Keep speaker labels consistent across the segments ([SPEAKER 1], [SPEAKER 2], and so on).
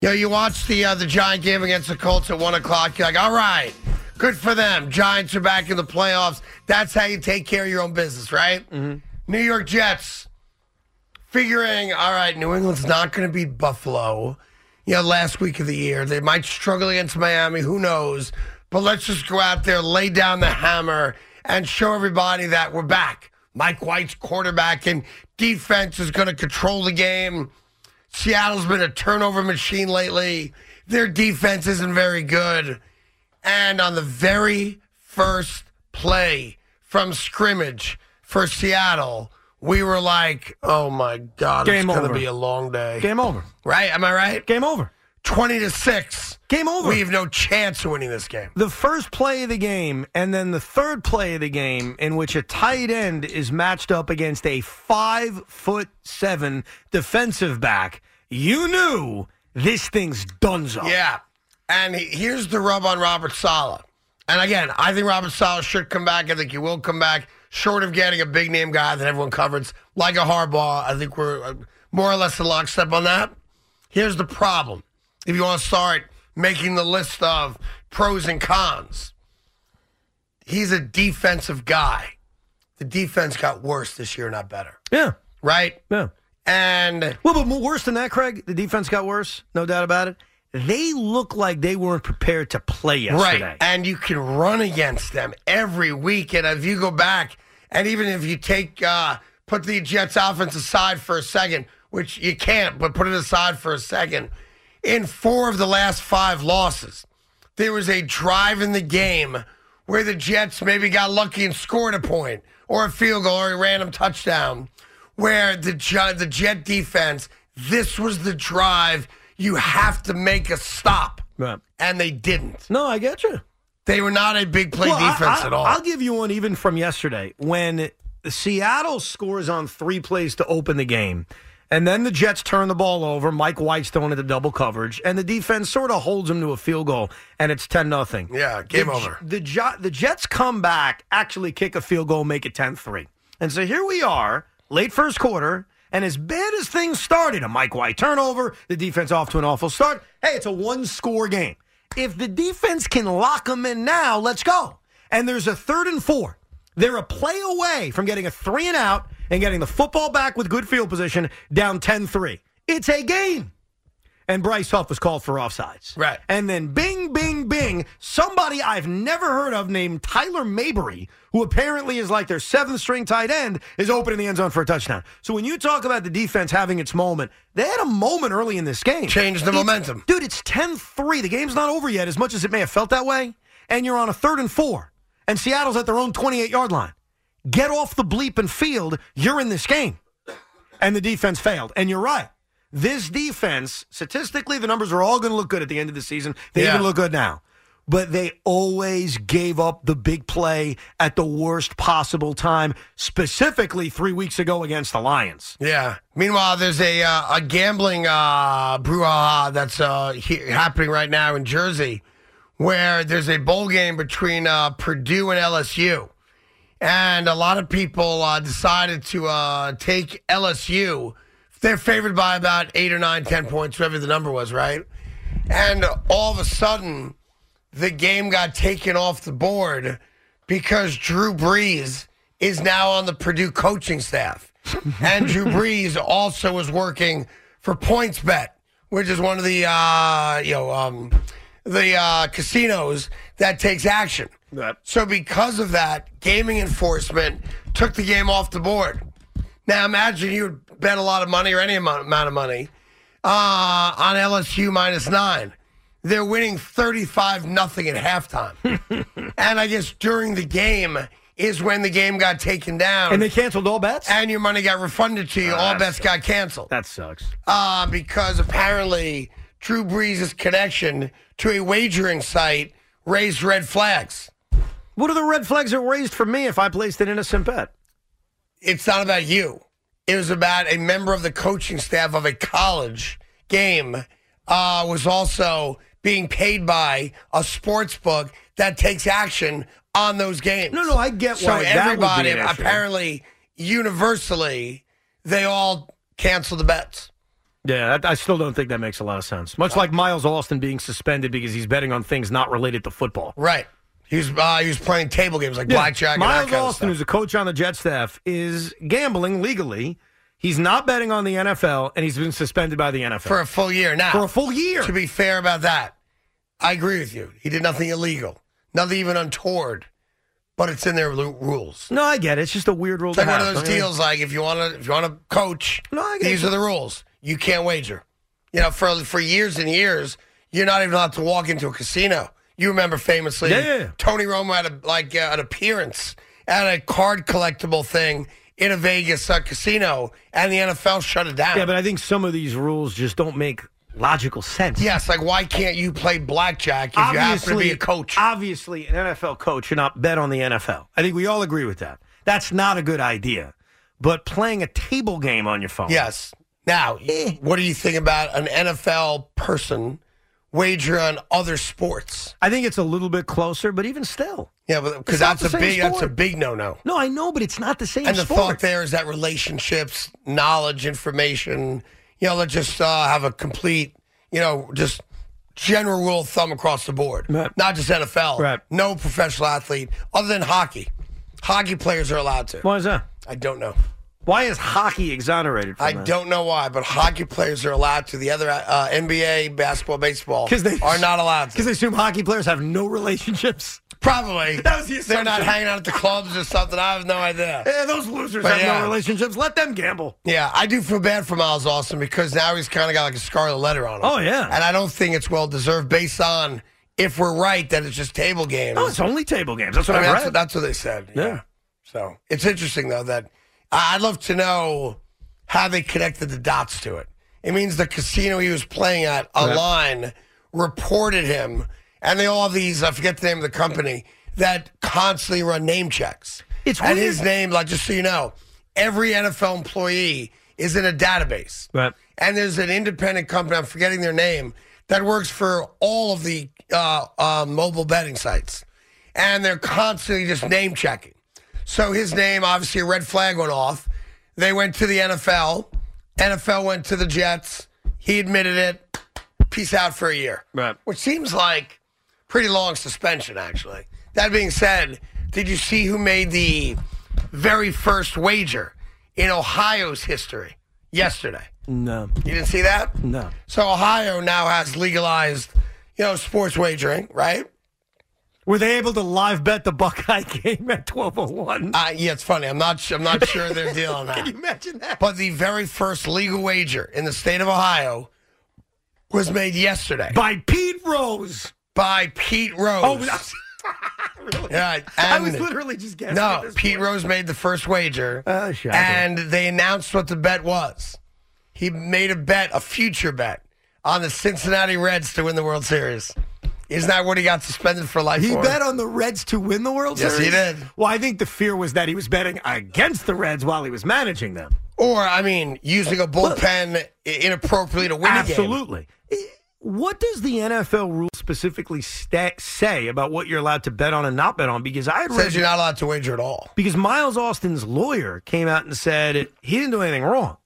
[SPEAKER 1] Yeah, you watch the uh, the Giant game against the Colts at one o'clock. You're like, all right, good for them. Giants are back in the playoffs. That's how you take care of your own business, right? Mm-hmm. New York Jets figuring, all right, New England's not going to beat Buffalo. You know, last week of the year they might struggle against Miami. Who knows? But let's just go out there, lay down the hammer, and show everybody that we're back. Mike White's quarterback and defense is going to control the game. Seattle's been a turnover machine lately. Their defense isn't very good. And on the very first play from scrimmage for Seattle, we were like, oh my God, it's
[SPEAKER 2] Game
[SPEAKER 1] going to
[SPEAKER 2] over.
[SPEAKER 1] be a long day.
[SPEAKER 2] Game over.
[SPEAKER 1] right? Am I right?
[SPEAKER 2] Game over.
[SPEAKER 1] 20 to 6.
[SPEAKER 2] Game over.
[SPEAKER 1] We have no chance of winning this game.
[SPEAKER 2] the first play of the game and then the third play of the game in which a tight end is matched up against a five foot seven defensive back, you knew this thing's donezo.
[SPEAKER 1] Yeah. And he- here's the rub on Robert Sala. And again, I think Robert Sala should come back. I think he will come back, short of getting a big name guy that everyone covers, like a Harbaugh. I think we're uh, more or less in lockstep on that. Here's the problem if you want to start making the list of pros and cons, he's a defensive guy. The defense got worse this year, not better,
[SPEAKER 2] Yeah.
[SPEAKER 1] right?
[SPEAKER 2] Yeah.
[SPEAKER 1] And
[SPEAKER 2] Well, but more worse than that, Craig, the defense got worse, no doubt about it. They look like they weren't prepared to play yesterday.
[SPEAKER 1] Right. And you can run against them every week. And if you go back, and even if you take, uh, put the Jets offense aside for a second, which you can't, but put it aside for a second, in four of the last five losses, there was a drive in the game where the Jets maybe got lucky and scored a point or a field goal or a random touchdown where the Ju- the Jet defense, this was the drive. You have to make a stop.
[SPEAKER 2] Right.
[SPEAKER 1] And they didn't.
[SPEAKER 2] No, I get you.
[SPEAKER 1] They were not a big play
[SPEAKER 2] Well, I-
[SPEAKER 1] defense
[SPEAKER 2] I,
[SPEAKER 1] at all.
[SPEAKER 2] I'll give you one even from yesterday when Seattle scores on three plays to open the game. And then the Jets turn the ball over. Mike White's thrown into double coverage, and the defense sort of holds him to a field goal, and it's ten nothing.
[SPEAKER 1] Yeah, game
[SPEAKER 2] the,
[SPEAKER 1] over.
[SPEAKER 2] The, Jo- the Jets come back, actually kick a field goal, make it 10-3. and so here we are, late first quarter, and as bad as things started, a Mike White turnover, the defense off to an awful start. Hey, it's a one score game. If the defense can lock them in now, let's go. And there's a third and four. They're a play away from getting a three and out and getting the football back with good field position down 10 3. It's a game. And Bryce Huff was called for offsides.
[SPEAKER 1] Right.
[SPEAKER 2] And then bing, bing, bing, somebody I've never heard of named Tyler Mabry, who apparently is like their seventh string tight end, is opening the end zone for a touchdown. So when you talk about the defense having its moment, they had a moment early in this game.
[SPEAKER 1] Changed the
[SPEAKER 2] It's-
[SPEAKER 1] momentum.
[SPEAKER 2] Dude, it's 10 3. The game's not over yet, as much as it may have felt that way. And you're on a third and four. And Seattle's at their own 28 yard line. Get off the bleep and field. You're in this game and the defense failed. And you're right. This defense, statistically, the numbers are all going to look good at the end of the season. They
[SPEAKER 1] Yeah.
[SPEAKER 2] even look good now. but they always gave up the big play at the worst possible time, specifically three weeks ago against the Lions.
[SPEAKER 1] Yeah. Meanwhile, there's a uh, a gambling uh, brouhaha that's uh, he- happening right now in Jersey, where there's a bowl game between uh, Purdue and LSU, and a lot of people uh, decided to uh, take LSU. They're favored by about eight or nine, ten points, whatever the number was, right? And all of a sudden, the game got taken off the board because Drew Brees is now on the Purdue coaching staff. and Drew Brees also is working for PointsBet, which is one of the uh, you know um, the uh, casinos that takes action. So because of that, gaming enforcement took the game off the board. Now imagine you would bet a lot of money or any amount, amount of money uh, on LSU minus nine. They're winning 35 nothing at halftime. and I guess during the game is when the game got taken down
[SPEAKER 2] And they canceled all bets?
[SPEAKER 1] and your money got refunded to you. All bets got canceled
[SPEAKER 2] that sucks.
[SPEAKER 1] uh, because apparently Drew Brees' connection to a wagering site raised red flags.
[SPEAKER 2] What are the red flags that were raised for me if I placed an innocent bet?
[SPEAKER 1] It's not about you. It was about a member of the coaching staff of a college game uh, was also being paid by a sports book that takes action on those games.
[SPEAKER 2] No, no, I get
[SPEAKER 1] so
[SPEAKER 2] why that would be
[SPEAKER 1] everybody
[SPEAKER 2] an issue.
[SPEAKER 1] apparently universally they all cancel the bets.
[SPEAKER 2] Yeah, I, I still don't think that makes a lot of sense. Much like Miles Austin being suspended because he's betting on things not related to football.
[SPEAKER 1] Right. He was uh, he was playing table games like blackjack.
[SPEAKER 2] Miles
[SPEAKER 1] and that kind
[SPEAKER 2] Austin,
[SPEAKER 1] of
[SPEAKER 2] who's
[SPEAKER 1] stuff.
[SPEAKER 2] a coach on the Jet staff, is gambling legally. He's not betting on the NFL, and he's been suspended by the NFL
[SPEAKER 1] for a full year now.
[SPEAKER 2] for a full year.
[SPEAKER 1] To be fair about that, I agree with you. He did nothing illegal, nothing even untoward, but it's in their lu- rules.
[SPEAKER 2] no, I get it. It's just a weird rule.
[SPEAKER 1] It's
[SPEAKER 2] to
[SPEAKER 1] like one of
[SPEAKER 2] have.
[SPEAKER 1] those
[SPEAKER 2] I mean,
[SPEAKER 1] deals. Like if you want to, if you want to coach,
[SPEAKER 2] No, I get
[SPEAKER 1] these
[SPEAKER 2] it.
[SPEAKER 1] are the rules. You can't wager. You know, for for years and years, you're not even allowed to walk into a casino. You remember famously,
[SPEAKER 2] Yeah.
[SPEAKER 1] Tony Romo had a, like uh, an appearance at a card collectible thing in a Vegas uh, casino, and the NFL shut it down.
[SPEAKER 2] Yeah, but I think some of these rules just don't make logical sense.
[SPEAKER 1] yes, like why can't you play blackjack if you happen to
[SPEAKER 2] obviously,
[SPEAKER 1] be a coach?
[SPEAKER 2] obviously, an NFL coach should not bet on the NFL. I think we all agree with that. That's not a good idea. But playing a table game on your phone.
[SPEAKER 1] Yes. Now,
[SPEAKER 2] Eh.
[SPEAKER 1] what do you think about an NFL person wager on other sports?
[SPEAKER 2] I think it's a little bit closer, but even still.
[SPEAKER 1] Yeah, because
[SPEAKER 2] It's not
[SPEAKER 1] that's
[SPEAKER 2] the
[SPEAKER 1] a
[SPEAKER 2] same
[SPEAKER 1] big that's a
[SPEAKER 2] sport.
[SPEAKER 1] big no no.
[SPEAKER 2] No, I know, but it's not the same
[SPEAKER 1] And the
[SPEAKER 2] sport.
[SPEAKER 1] thought there is that relationships, knowledge, information, you know, let's just uh, have a complete, you know, just general rule of thumb across the board.
[SPEAKER 2] Right.
[SPEAKER 1] Not just NFL.
[SPEAKER 2] Right.
[SPEAKER 1] No professional athlete other than hockey. Hockey players are allowed to.
[SPEAKER 2] Why is that?
[SPEAKER 1] I don't know.
[SPEAKER 2] Why is hockey exonerated from
[SPEAKER 1] I
[SPEAKER 2] that?
[SPEAKER 1] don't know why, but hockey players are allowed to. The other uh, NBA, basketball, baseball
[SPEAKER 2] 'Cause they-
[SPEAKER 1] are not allowed to.
[SPEAKER 2] Because they assume hockey players have no relationships.
[SPEAKER 1] Probably.
[SPEAKER 2] That was the
[SPEAKER 1] They're not
[SPEAKER 2] assumption.
[SPEAKER 1] hanging out at the clubs or something. I have no idea.
[SPEAKER 2] Yeah, those losers
[SPEAKER 1] But
[SPEAKER 2] have
[SPEAKER 1] yeah.
[SPEAKER 2] no relationships. Let them gamble.
[SPEAKER 1] Yeah, I do feel bad for Miles Austin because now he's kind of got like a scarlet letter on him.
[SPEAKER 2] Oh, yeah.
[SPEAKER 1] And I don't think it's well deserved based on if we're right that it's just table games.
[SPEAKER 2] No, it's only table games. That's what
[SPEAKER 1] I
[SPEAKER 2] I,
[SPEAKER 1] mean, that's,
[SPEAKER 2] read.
[SPEAKER 1] what, that's what they said. Yeah.
[SPEAKER 2] Yeah.
[SPEAKER 1] So it's interesting though that I- I'd love to know how they connected the dots to it. It means the casino he was playing at, a line reported him, and they all have these. I forget the name of the company that constantly run name checks.
[SPEAKER 2] It's
[SPEAKER 1] and
[SPEAKER 2] weird.
[SPEAKER 1] his name, like just so you know, every NFL employee is in a database.
[SPEAKER 2] Right.
[SPEAKER 1] And there's an independent company. I'm forgetting their name that works for all of the uh, uh, mobile betting sites, and they're constantly just name checking. So his name, obviously, a red flag went off. They went to the NFL. NFL went to the Jets. He admitted it. Peace out for a year.
[SPEAKER 2] Right.
[SPEAKER 1] Which seems like pretty long suspension, actually. That being said, did you see who made the very first wager in Ohio's history yesterday?
[SPEAKER 2] no,
[SPEAKER 1] You didn't see that?
[SPEAKER 2] no.
[SPEAKER 1] So Ohio now has legalized, you know, sports wagering, right?
[SPEAKER 2] Were they able to live bet the Buckeye game at 1201?
[SPEAKER 1] Uh, yeah, it's funny. I'm not. su- I'm not sure they're dealing that.
[SPEAKER 2] Can you imagine that?
[SPEAKER 1] But the very first legal wager in the state of Ohio was made yesterday
[SPEAKER 2] By Pete Rose.
[SPEAKER 1] by Pete Rose.
[SPEAKER 2] Oh, I was, really?
[SPEAKER 1] Yeah,
[SPEAKER 2] I was
[SPEAKER 1] and-
[SPEAKER 2] literally just guessing. at
[SPEAKER 1] no,
[SPEAKER 2] this
[SPEAKER 1] Pete
[SPEAKER 2] point.
[SPEAKER 1] Rose made the first wager,
[SPEAKER 2] Oh, shocking.
[SPEAKER 1] and they announced what the bet was. He made a bet, a future bet, on the Cincinnati Reds to win the World Series. Isn't that what he got suspended for life
[SPEAKER 2] He
[SPEAKER 1] for?
[SPEAKER 2] bet on the Reds to win the World
[SPEAKER 1] Yes, he
[SPEAKER 2] Series.
[SPEAKER 1] did.
[SPEAKER 2] Well, I think the fear was that he was betting against the Reds while he was managing them.
[SPEAKER 1] or, I mean, using a bullpen i- inappropriately to win a game.
[SPEAKER 2] Absolutely. I- What does the NFL rule specifically sta say about what you're allowed to bet on and not bet on? Because I had read
[SPEAKER 1] Says you're not allowed to wager at all.
[SPEAKER 2] because Miles Austin's lawyer came out and said it, he didn't do anything wrong.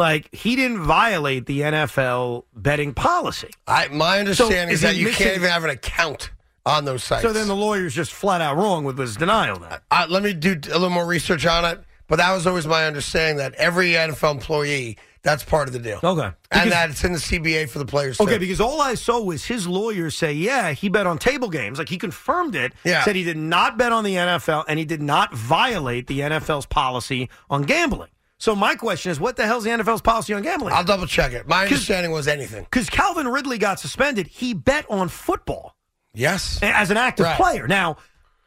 [SPEAKER 2] Like he didn't violate the NFL betting policy.
[SPEAKER 1] I, my understanding is,
[SPEAKER 2] is he
[SPEAKER 1] that you
[SPEAKER 2] missing-
[SPEAKER 1] can't even have an account on those sites.
[SPEAKER 2] So then the lawyer's just flat out wrong with his denial. Then
[SPEAKER 1] Uh, let me do a little more research on it. But that was always my understanding that every NFL employee, that's part of the deal.
[SPEAKER 2] Okay.
[SPEAKER 1] and
[SPEAKER 2] Because-
[SPEAKER 1] that it's in the CBA for the players.
[SPEAKER 2] Okay,
[SPEAKER 1] too.
[SPEAKER 2] because all I saw was his lawyer say, yeah, he bet on table games. Like he confirmed it.
[SPEAKER 1] Yeah.
[SPEAKER 2] Said he did not bet on the NFL and he did not violate the NFL's policy on gambling. So my question is, what the hell's the NFL's policy on gambling?
[SPEAKER 1] I'll double check it. My understanding was anything.
[SPEAKER 2] Because Calvin Ridley got suspended. He bet on football
[SPEAKER 1] Yes.
[SPEAKER 2] a- as an active
[SPEAKER 1] Right.
[SPEAKER 2] player. Now,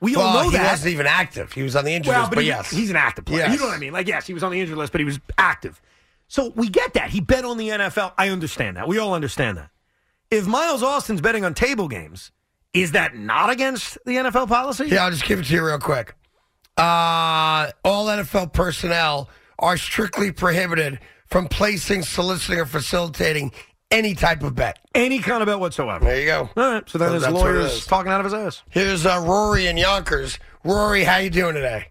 [SPEAKER 2] we all
[SPEAKER 1] well,
[SPEAKER 2] know
[SPEAKER 1] he
[SPEAKER 2] that.
[SPEAKER 1] wasn't even active. He was on the injury
[SPEAKER 2] well,
[SPEAKER 1] list,
[SPEAKER 2] but,
[SPEAKER 1] but,
[SPEAKER 2] he-
[SPEAKER 1] yes,
[SPEAKER 2] he's an active player. You
[SPEAKER 1] Yes.
[SPEAKER 2] know what I mean? Like, yes, he was on the injury list, but he was active. So we get that. He bet on the NFL. I understand that. We all understand that. If Miles Austin's betting on table games, is that not against the NFL policy?
[SPEAKER 1] Yeah, I'll just give it to you real quick. Uh, all NFL personnel are strictly prohibited from placing, soliciting, or facilitating any type of bet.
[SPEAKER 2] Any kind of bet whatsoever.
[SPEAKER 1] There you go.
[SPEAKER 2] All right. So then
[SPEAKER 1] So
[SPEAKER 2] his
[SPEAKER 1] that's what it
[SPEAKER 2] lawyer's
[SPEAKER 1] is.
[SPEAKER 2] talking out of his ass.
[SPEAKER 1] Here's uh, Rory and Yonkers. Rory, how you doing today?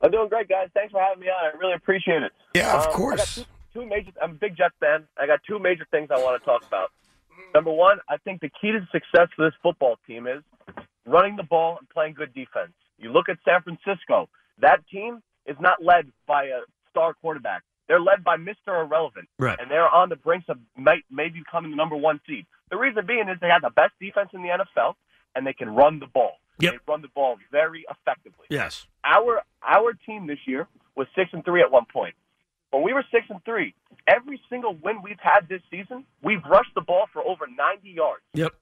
[SPEAKER 3] I'm doing great, guys. Thanks for having me on. I really appreciate it.
[SPEAKER 1] Yeah, of
[SPEAKER 3] Um, I got
[SPEAKER 1] course.
[SPEAKER 3] two, two major. I'm a big Jets fan. I got two major things I want to talk about. Number one, I think the key to success for this football team is running the ball and playing good defense. You look at San Francisco. That team is not led by a star quarterback. They're led by Mr. Irrelevant,
[SPEAKER 2] Right.
[SPEAKER 3] and they're on the brink of might, maybe becoming the number one seed. The reason being is they have the best defense in the NFL, and they can run the ball.
[SPEAKER 2] Yep.
[SPEAKER 3] They run the ball very effectively
[SPEAKER 2] Yes.
[SPEAKER 3] our our team this year was six and three at one point. When we were six and three, every single win we've had this season, we've rushed the ball for over ninety yards,
[SPEAKER 2] Yep.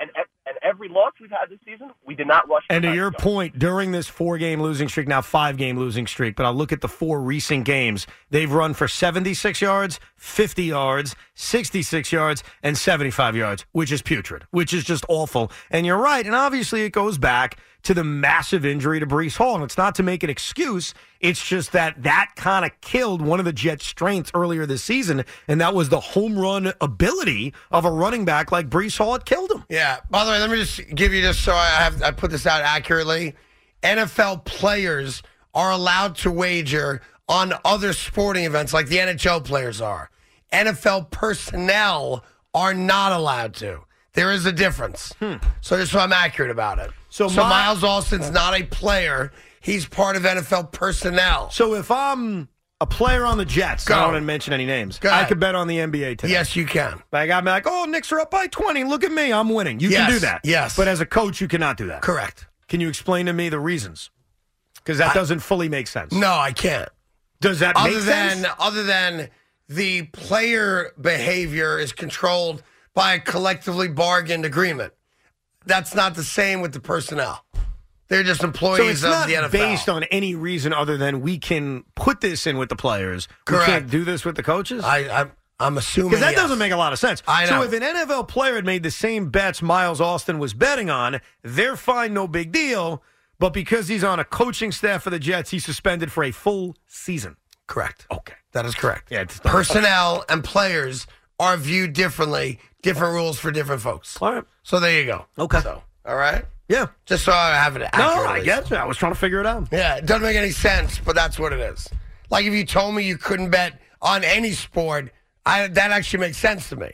[SPEAKER 3] and e- and every loss we've had this season, we did not rush. for
[SPEAKER 2] And to
[SPEAKER 3] 90
[SPEAKER 2] your
[SPEAKER 3] yards.
[SPEAKER 2] point, during this four game losing streak, now five game losing streak, but I look at the four recent games, they've run for 76 yards, 50 yards, 66 yards, and 75 yards, which is putrid, which is just awful. And you're right. And obviously, it goes back to the massive injury to Brees Hall. And it's not to make an excuse, it's just that that kind of killed one of the Jets' strengths earlier this season. And that was the home run ability of a running back like Brees Hall. It killed him.
[SPEAKER 1] Yeah. By the way, let me just give you just so I have I put this out accurately. NFL players are allowed to wager on other sporting events like the NHL players are. NFL personnel are not allowed to. There is a difference. So just so I'm accurate about it.
[SPEAKER 2] So
[SPEAKER 1] Hmm. So,
[SPEAKER 2] my-
[SPEAKER 1] Miles Austin's not a player. He's part of NFL personnel.
[SPEAKER 2] So if I'm a player on the Jets, I
[SPEAKER 1] Go.
[SPEAKER 2] don't want to mention any names.
[SPEAKER 1] Go
[SPEAKER 2] I
[SPEAKER 1] ahead.
[SPEAKER 2] could bet on the NBA today.
[SPEAKER 1] Yes, you can.
[SPEAKER 2] Like I'm like, oh, Knicks are up by 20. Look at me, I'm winning. You
[SPEAKER 1] Yes,
[SPEAKER 2] can do that.
[SPEAKER 1] yes.
[SPEAKER 2] But as a coach, you cannot do that.
[SPEAKER 1] Correct.
[SPEAKER 2] Can you explain to me the reasons? Because that doesn't fully make sense.
[SPEAKER 1] No, I can't.
[SPEAKER 2] Does that
[SPEAKER 1] other
[SPEAKER 2] make
[SPEAKER 1] than
[SPEAKER 2] sense?
[SPEAKER 1] other than the player behavior is controlled by a collectively bargained agreement. That's not the same with the personnel. They're just
[SPEAKER 2] So
[SPEAKER 1] employees
[SPEAKER 2] it's
[SPEAKER 1] of
[SPEAKER 2] not
[SPEAKER 1] the NFL.
[SPEAKER 2] based on any reason other than we can put this in with the players.
[SPEAKER 1] Correct.
[SPEAKER 2] We can't do this with the coaches.
[SPEAKER 1] I, I'm I'm assuming
[SPEAKER 2] Because that
[SPEAKER 1] yes.
[SPEAKER 2] doesn't make a lot of sense.
[SPEAKER 1] I know.
[SPEAKER 2] So if an NFL player had made the same bets Miles Austin was betting on, they're fine, no big deal. But because he's on a coaching staff for the Jets, he's suspended for a full season.
[SPEAKER 1] correct.
[SPEAKER 2] Okay.
[SPEAKER 1] That is correct.
[SPEAKER 2] Yeah, it's not-
[SPEAKER 1] personnel and players are viewed differently. Different rules for different folks.
[SPEAKER 2] All right.
[SPEAKER 1] So there you go.
[SPEAKER 2] Okay.
[SPEAKER 1] So all right.
[SPEAKER 2] Yeah.
[SPEAKER 1] Just so I have it.
[SPEAKER 2] No,
[SPEAKER 1] accurately.
[SPEAKER 2] I get it. I was trying to figure it out.
[SPEAKER 1] Yeah, it doesn't make any sense, but that's what it is. Like if you told me you couldn't bet on any sport, I, that actually makes sense to me.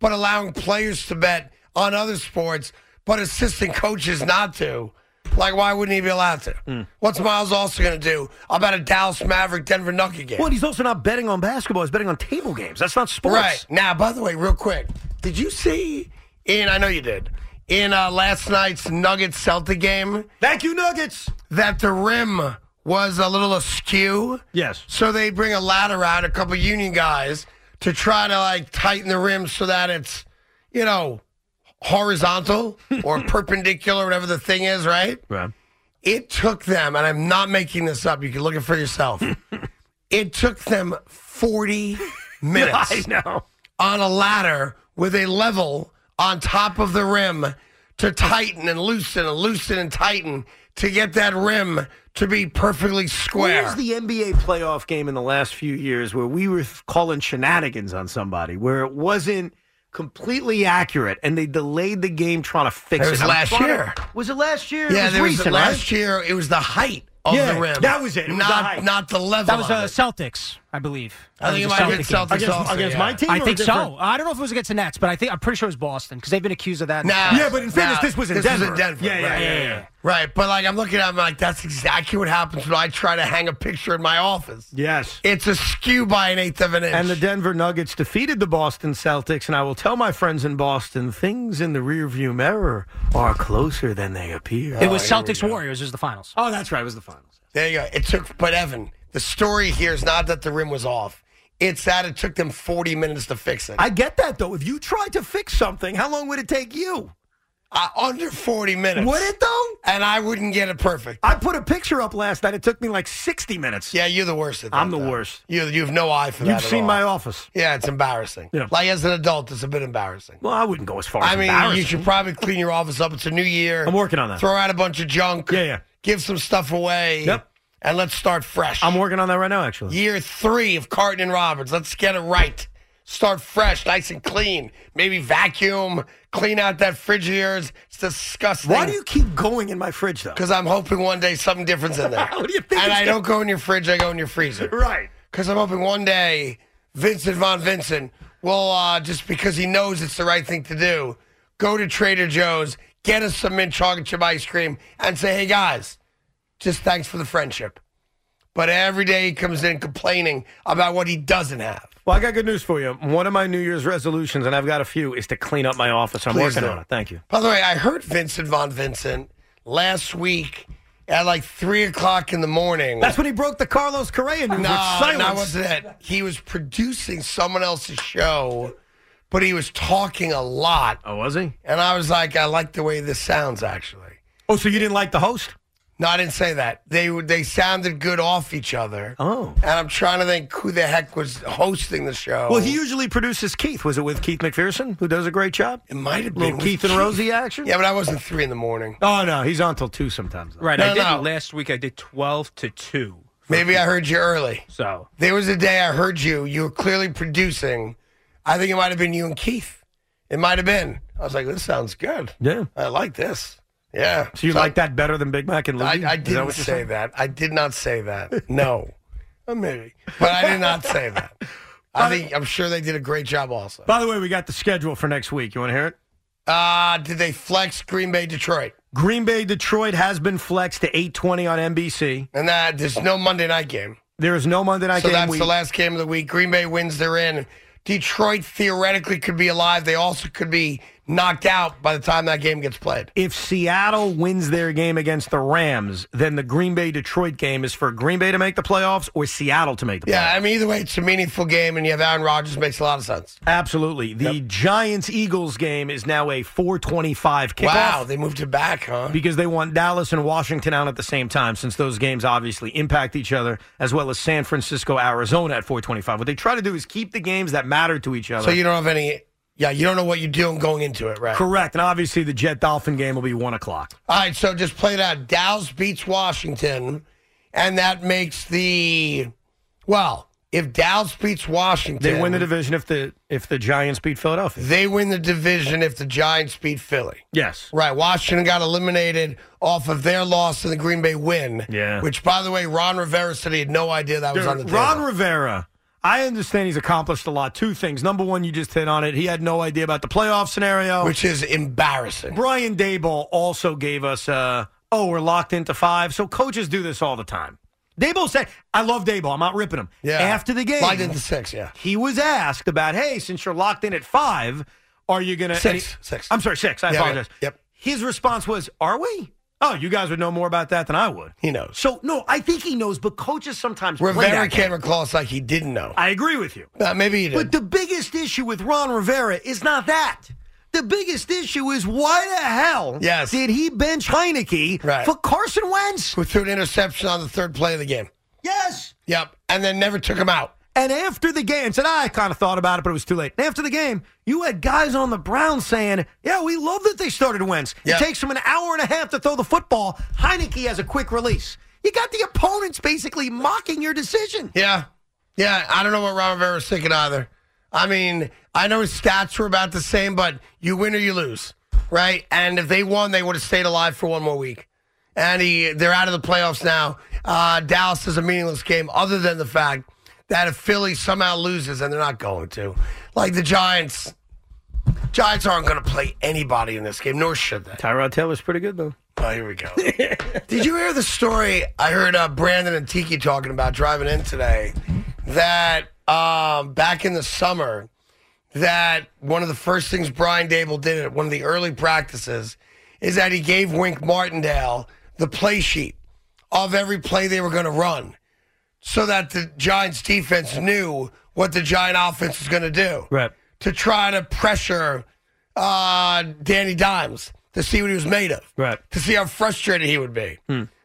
[SPEAKER 1] But allowing players to bet on other sports, but assistant coaches not to, like why wouldn't he be allowed to? What's Miles also going to do about a Dallas Maverick Denver Nugget game?
[SPEAKER 2] Well, and he's also not betting on basketball. He's betting on table games. That's not sports.
[SPEAKER 1] Right. Now, by the way, real quick, did you see in, I know you did, in uh, last night's Nuggets Celtic game
[SPEAKER 2] Thank you, Nuggets.
[SPEAKER 1] that the rim was a little askew?
[SPEAKER 2] Yes.
[SPEAKER 1] So they bring a ladder out, a couple union guys, to try to like tighten the rim so that it's, you know, horizontal or perpendicular, whatever the thing is, right?
[SPEAKER 2] Right.
[SPEAKER 1] It took them, and I'm not making this up, you can look it for yourself. it took them 40
[SPEAKER 2] I
[SPEAKER 1] minutes
[SPEAKER 2] know.
[SPEAKER 1] on a ladder with a level on top of the rim to tighten and loosen and loosen and tighten to get that rim to be perfectly square.
[SPEAKER 2] Where's the NBA playoff game in the last few years where we were calling shenanigans on somebody, where it wasn't completely accurate and they delayed the game trying to fix
[SPEAKER 1] That
[SPEAKER 2] it?
[SPEAKER 1] was
[SPEAKER 2] I'm
[SPEAKER 1] last
[SPEAKER 2] trying to-
[SPEAKER 1] year.
[SPEAKER 2] Was it last year?
[SPEAKER 1] yeah,
[SPEAKER 2] it was
[SPEAKER 1] there was
[SPEAKER 2] recent,
[SPEAKER 1] last
[SPEAKER 2] right?
[SPEAKER 1] year it was the height of
[SPEAKER 2] Yeah,
[SPEAKER 1] the rim.
[SPEAKER 2] that was it. It was the
[SPEAKER 1] not
[SPEAKER 2] height.
[SPEAKER 1] not the level.
[SPEAKER 4] That was
[SPEAKER 1] of
[SPEAKER 4] uh,
[SPEAKER 1] it.
[SPEAKER 4] Celtics, I believe.
[SPEAKER 1] I think it
[SPEAKER 4] That
[SPEAKER 1] might have been
[SPEAKER 4] was a Celtic
[SPEAKER 1] Celtics
[SPEAKER 4] game.
[SPEAKER 1] also, yeah.
[SPEAKER 4] I think so. I don't know if it was against the Nets, but I think I'm pretty sure it was Boston because they've been accused of that. in the
[SPEAKER 1] Nah,
[SPEAKER 4] past.
[SPEAKER 2] Yeah, but in fairness,
[SPEAKER 1] nah,
[SPEAKER 2] this was in Denver. Yeah, yeah,
[SPEAKER 1] right.
[SPEAKER 2] yeah, yeah.
[SPEAKER 1] Right, but like I'm looking at, it, I'm like, that's exactly what happens when I try to hang a picture in my office.
[SPEAKER 2] Yes.
[SPEAKER 1] It's askew by an eighth of an inch.
[SPEAKER 2] And the Denver Nuggets defeated the Boston Celtics, and I will tell my friends in Boston things in the rearview mirror are closer than they appear.
[SPEAKER 4] it was Celtics Warriors was the finals.
[SPEAKER 2] Oh, that's right. It was the finals.
[SPEAKER 1] There you go. It took, but Evan, the story here is not that the rim was off. It's that it took them 40 minutes to fix it.
[SPEAKER 2] I get that, though. If you tried to fix something, how long would it take you?
[SPEAKER 1] I- Uh, under 40 minutes.
[SPEAKER 2] Would it, though?
[SPEAKER 1] And I wouldn't get it perfect.
[SPEAKER 2] I put a picture up last night. It took me like 60 minutes.
[SPEAKER 1] Yeah, you're the worst at that.
[SPEAKER 2] I'm the
[SPEAKER 1] though.
[SPEAKER 2] worst.
[SPEAKER 1] You, you have no eye for that.
[SPEAKER 2] You've
[SPEAKER 1] at
[SPEAKER 2] seen
[SPEAKER 1] all.
[SPEAKER 2] my office.
[SPEAKER 1] Yeah, it's embarrassing.
[SPEAKER 2] Yeah.
[SPEAKER 1] Like as an adult, it's a bit embarrassing.
[SPEAKER 2] Well, I wouldn't go as far as
[SPEAKER 1] I mean, you
[SPEAKER 2] embarrassing.
[SPEAKER 1] should probably clean your office up. It's a new year.
[SPEAKER 2] I'm working on that.
[SPEAKER 1] Throw out a bunch of junk.
[SPEAKER 2] Yeah, yeah.
[SPEAKER 1] Give some stuff away.
[SPEAKER 2] Yep.
[SPEAKER 1] And let's start fresh.
[SPEAKER 2] I'm working on that right now, actually.
[SPEAKER 1] Year three of Carton and Roberts. Let's get it right. Start fresh, nice and clean. Maybe vacuum, clean out that fridge of yours. It's disgusting.
[SPEAKER 2] Why do you keep going in my fridge, though?
[SPEAKER 1] Because I'm hoping one day something different's in there.
[SPEAKER 2] What do you think
[SPEAKER 1] And
[SPEAKER 2] it's
[SPEAKER 1] I
[SPEAKER 2] gonna-
[SPEAKER 1] don't go in your fridge. I go in your freezer.
[SPEAKER 2] Right.
[SPEAKER 1] Because I'm hoping one day Vincent Von Vincent will uh, just because he knows it's the right thing to do, go to Trader Joe's, get us some mint chocolate chip ice cream, and say, "Hey guys, just thanks for the friendship." But every day he comes in complaining about what he doesn't have.
[SPEAKER 2] Well, I got good news for you. One of my New Year's resolutions, and I've got a few, is to clean up my office. I'm
[SPEAKER 1] Please
[SPEAKER 2] working
[SPEAKER 1] do.
[SPEAKER 2] on it. Thank you.
[SPEAKER 1] By the way, I heard Vincent Von Vincent last week at like three o'clock in the morning.
[SPEAKER 2] That's when he broke the Carlos Correa news.
[SPEAKER 1] No,
[SPEAKER 2] with silence.
[SPEAKER 1] that wasn't it. He was producing someone else's show, but he was talking a lot.
[SPEAKER 2] Oh, was he?
[SPEAKER 1] And I was like, I like the way this sounds, actually.
[SPEAKER 2] Oh, so you didn't like the host?
[SPEAKER 1] No, I didn't say that. They were- they sounded good off each other.
[SPEAKER 2] Oh.
[SPEAKER 1] And I'm trying to think who the heck was hosting the show.
[SPEAKER 2] Well, he usually produces Keith. Was it with Keith McPherson, who does a great job?
[SPEAKER 1] It might have been
[SPEAKER 2] Little
[SPEAKER 1] with
[SPEAKER 2] Keith and Rosie action?
[SPEAKER 1] Yeah, but I wasn't three in the morning.
[SPEAKER 2] Oh, no. He's on till two sometimes. Though.
[SPEAKER 5] Right,
[SPEAKER 1] No,
[SPEAKER 5] I did
[SPEAKER 1] no.
[SPEAKER 5] not last week. I did twelve to two.
[SPEAKER 1] Maybe I heard you early.
[SPEAKER 5] So
[SPEAKER 1] There was a day I heard you. You were clearly producing. I think it might have been you and Keith. It might have been. I was like, this sounds good.
[SPEAKER 2] Yeah.
[SPEAKER 1] I like this. Yeah.
[SPEAKER 2] So you like that better than Big Mac and Louie?
[SPEAKER 1] I, I
[SPEAKER 2] Is that
[SPEAKER 1] didn't
[SPEAKER 2] what you're
[SPEAKER 1] say
[SPEAKER 2] saying?
[SPEAKER 1] that. I did not say that. No. Uh, Maybe. But I did not say that. I think I'm sure they did a great job also.
[SPEAKER 2] By the way, we got the schedule for next week. You want to hear it?
[SPEAKER 1] Uh, did they flex Green Bay Detroit?
[SPEAKER 2] Green Bay Detroit has been flexed to 8:20 on NBC.
[SPEAKER 1] And that there's no Monday night game.
[SPEAKER 2] There is no Monday night
[SPEAKER 1] So
[SPEAKER 2] game
[SPEAKER 1] that's
[SPEAKER 2] week.
[SPEAKER 1] the last game of the week. Green Bay wins, they're in. Detroit theoretically could be alive. They also could be knocked out by the time that game gets played.
[SPEAKER 2] if Seattle wins their game against the Rams, then the Green Bay Detroit game is for Green Bay to make the playoffs or Seattle to make the playoffs.
[SPEAKER 1] Yeah, I mean either way it's a meaningful game and you have Aaron Rodgers makes a lot of sense.
[SPEAKER 2] Absolutely. The Giants Eagles game is now a 425 kickoff.
[SPEAKER 1] Wow, they moved it back, huh?
[SPEAKER 2] Because they want Dallas and Washington out at the same time, since those games obviously impact each other, as well as San Francisco, Arizona at 425. What they try to do is keep the games that matter to each other.
[SPEAKER 1] So you don't have any yeah, you don't know what you're doing going into it, right?
[SPEAKER 2] Correct. And obviously, the Jet Dolphin game will be 1 o'clock.
[SPEAKER 1] All right, so just play it out. Dallas beats Washington, and that makes the well. If Dallas beats Washington,
[SPEAKER 2] They win the division if the if the Giants beat Philadelphia.
[SPEAKER 1] They win the division if the Giants beat Philly.
[SPEAKER 2] Yes.
[SPEAKER 1] Right, Washington got eliminated off of their loss to the Green Bay win.
[SPEAKER 2] Yeah.
[SPEAKER 1] Which, by the way, Ron Rivera said he had no idea that was on the table.
[SPEAKER 2] Ron Rivera, I understand he's accomplished a lot. Two things. Number one, you just hit on it. He had no idea about the playoff scenario.
[SPEAKER 1] which is embarrassing.
[SPEAKER 2] Brian Dayball also gave us, uh, oh, we're locked into five. So coaches do this all the time. Dayball said, I love Dayball. I'm not ripping him.
[SPEAKER 1] Yeah.
[SPEAKER 2] After the game,
[SPEAKER 1] Locked into six, yeah.
[SPEAKER 2] he was asked about, hey, since you're locked in at five, are you going to.
[SPEAKER 1] Six, six.
[SPEAKER 2] I'm sorry, six. I
[SPEAKER 1] Yeah,
[SPEAKER 2] apologize.
[SPEAKER 1] yeah, yep.
[SPEAKER 2] His response was, are we? Oh, you guys would know more about that than I would.
[SPEAKER 1] He knows.
[SPEAKER 2] So, no, I think he knows, but coaches sometimes play that
[SPEAKER 1] Rivera
[SPEAKER 2] game.
[SPEAKER 1] came across like he didn't know.
[SPEAKER 2] I agree with you.
[SPEAKER 1] Uh, maybe he did.
[SPEAKER 2] But the biggest issue with Ron Rivera is not that. The biggest issue is why the hell
[SPEAKER 1] Yes.
[SPEAKER 2] did he bench Heineke
[SPEAKER 1] Right.
[SPEAKER 2] for Carson Wentz?
[SPEAKER 1] who threw an interception on the third play of the game.
[SPEAKER 2] Yes.
[SPEAKER 1] Yep, and then never took him out.
[SPEAKER 2] And after the game, said I kind of thought about it, but it was too late. And after the game, you had guys on the Browns saying, "Yeah, we love that they started Wentz.
[SPEAKER 1] Yeah.
[SPEAKER 2] It takes them an hour and a half to throw the football. Heineke has a quick release. You got the opponents basically mocking your decision.
[SPEAKER 1] Yeah. Yeah. I don't know what Ron Rivera's thinking either. I mean, I know his stats were about the same, but you win or you lose, right? And if they won, they would have stayed alive for one more week. And he, they're out of the playoffs now. Uh, Dallas is a meaningless game, other than the fact that if Philly somehow loses, and they're not going to, like the Giants, Giants aren't going to play anybody in this game, nor should they.
[SPEAKER 2] Tyrod Taylor's pretty good though.
[SPEAKER 1] Oh, here we go. Did you hear the story I heard uh, Brandon and Tiki talking about driving in today? That um, back in the summer, that one of the first things Brian Dable did at one of the early practices is that he gave Wink Martindale the play sheet of every play they were going to run so that the Giants defense knew what the Giant offense was going to do
[SPEAKER 2] Right.
[SPEAKER 1] to try to pressure uh, Danny Dimes to see what he was made of,
[SPEAKER 2] Right. Hmm.
[SPEAKER 1] To see how frustrated he would be.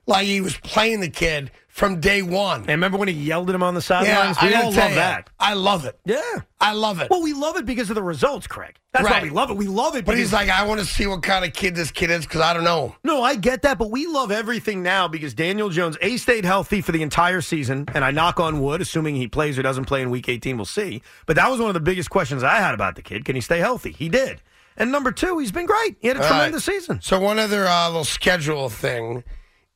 [SPEAKER 1] Like he was playing the kid from day one.
[SPEAKER 2] And remember when he yelled at him on the sidelines?
[SPEAKER 1] I
[SPEAKER 2] we
[SPEAKER 1] gotta
[SPEAKER 2] all
[SPEAKER 1] tell
[SPEAKER 2] love
[SPEAKER 1] ya,
[SPEAKER 2] that.
[SPEAKER 1] I love it.
[SPEAKER 2] Yeah.
[SPEAKER 1] I love it.
[SPEAKER 2] Well, we love it because of the results, Craig. That's
[SPEAKER 1] Right.
[SPEAKER 2] why we love it. We love it.
[SPEAKER 1] but
[SPEAKER 2] because-
[SPEAKER 1] he's like, I want to see what kind of kid this kid is because I don't know him.
[SPEAKER 2] No, I get that, but we love everything now because Daniel Jones, A, stayed healthy for the entire season, and I knock on wood, assuming he plays or doesn't play in week 18, we'll see. But that was one of the biggest questions I had about the kid. Can he stay healthy? He did. And number two, he's been great. He had a
[SPEAKER 1] All right.
[SPEAKER 2] tremendous season.
[SPEAKER 1] So one other uh, little schedule thing: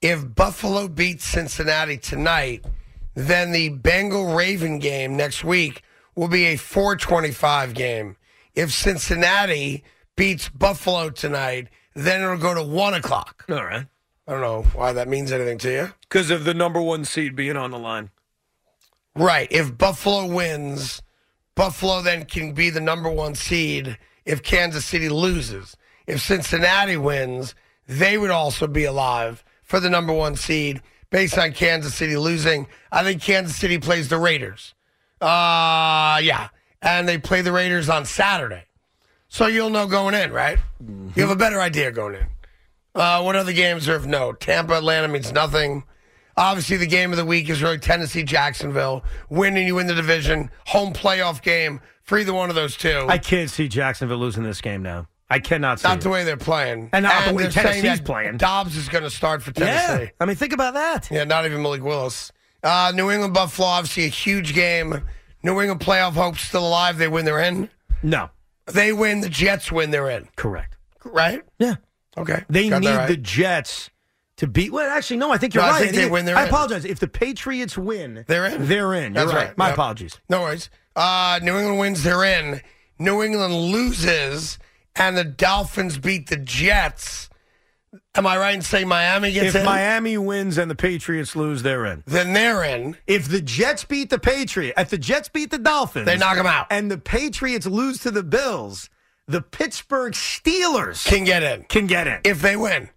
[SPEAKER 1] if Buffalo beats Cincinnati tonight, then the Bengal Raven game next week will be a 4:25 game. If Cincinnati beats Buffalo tonight, then it'll go to one o'clock.
[SPEAKER 2] All right.
[SPEAKER 1] I don't know why that means anything to you.
[SPEAKER 2] Because of the number one seed being on the line.
[SPEAKER 1] Right. If Buffalo wins, Buffalo then can be the number one seed if Kansas City loses. If Cincinnati wins, they would also be alive for the number one seed based on Kansas City losing. I think Kansas City plays the Raiders. Uh yeah. And they play the Raiders on Saturday. So you'll know going in, right?
[SPEAKER 2] Mm-hmm.
[SPEAKER 1] You have a better idea going in. Uh, what other games are of note? Tampa, Atlanta means nothing. Obviously, the game of the week is really Tennessee, Jacksonville. Winning, you win the division. Home playoff game for either one of those two.
[SPEAKER 2] I can't see Jacksonville losing this game now. I cannot see
[SPEAKER 1] not
[SPEAKER 2] it.
[SPEAKER 1] the way they're playing.
[SPEAKER 2] And not the way
[SPEAKER 1] they're saying
[SPEAKER 2] Tennessee's
[SPEAKER 1] that
[SPEAKER 2] playing.
[SPEAKER 1] Dobbs is going to start for Tennessee.
[SPEAKER 2] yeah. I mean, think about that.
[SPEAKER 1] Yeah, not even Malik Willis. Uh, New England, Buffalo, obviously a huge game. New England playoff hopes still alive. They win, they're in.
[SPEAKER 2] No.
[SPEAKER 1] They win, the Jets win, they're in.
[SPEAKER 2] Correct.
[SPEAKER 1] Right?
[SPEAKER 2] Yeah.
[SPEAKER 1] Okay.
[SPEAKER 2] They
[SPEAKER 1] Got
[SPEAKER 2] need
[SPEAKER 1] that right.
[SPEAKER 2] the Jets to beat. Well, actually, no. I think you're
[SPEAKER 1] No, I
[SPEAKER 2] right.
[SPEAKER 1] think they win, they're
[SPEAKER 2] I
[SPEAKER 1] in.
[SPEAKER 2] apologize. If the Patriots win,
[SPEAKER 1] They're in.
[SPEAKER 2] They're in. You're
[SPEAKER 1] That's
[SPEAKER 2] right.
[SPEAKER 1] right.
[SPEAKER 2] My
[SPEAKER 1] Yep.
[SPEAKER 2] apologies.
[SPEAKER 1] No worries. Uh, New England wins, they're in. New England loses, and the Dolphins beat the Jets. Am I right in saying Miami gets
[SPEAKER 2] If
[SPEAKER 1] in?
[SPEAKER 2] Miami wins and the Patriots lose, they're in.
[SPEAKER 1] then they're in.
[SPEAKER 2] If the Jets beat the Patriots, if the Jets beat the Dolphins,
[SPEAKER 1] They knock 'em out.
[SPEAKER 2] and the Patriots lose to the Bills, the Pittsburgh Steelers
[SPEAKER 1] Can get in
[SPEAKER 2] can get in.
[SPEAKER 1] if they win.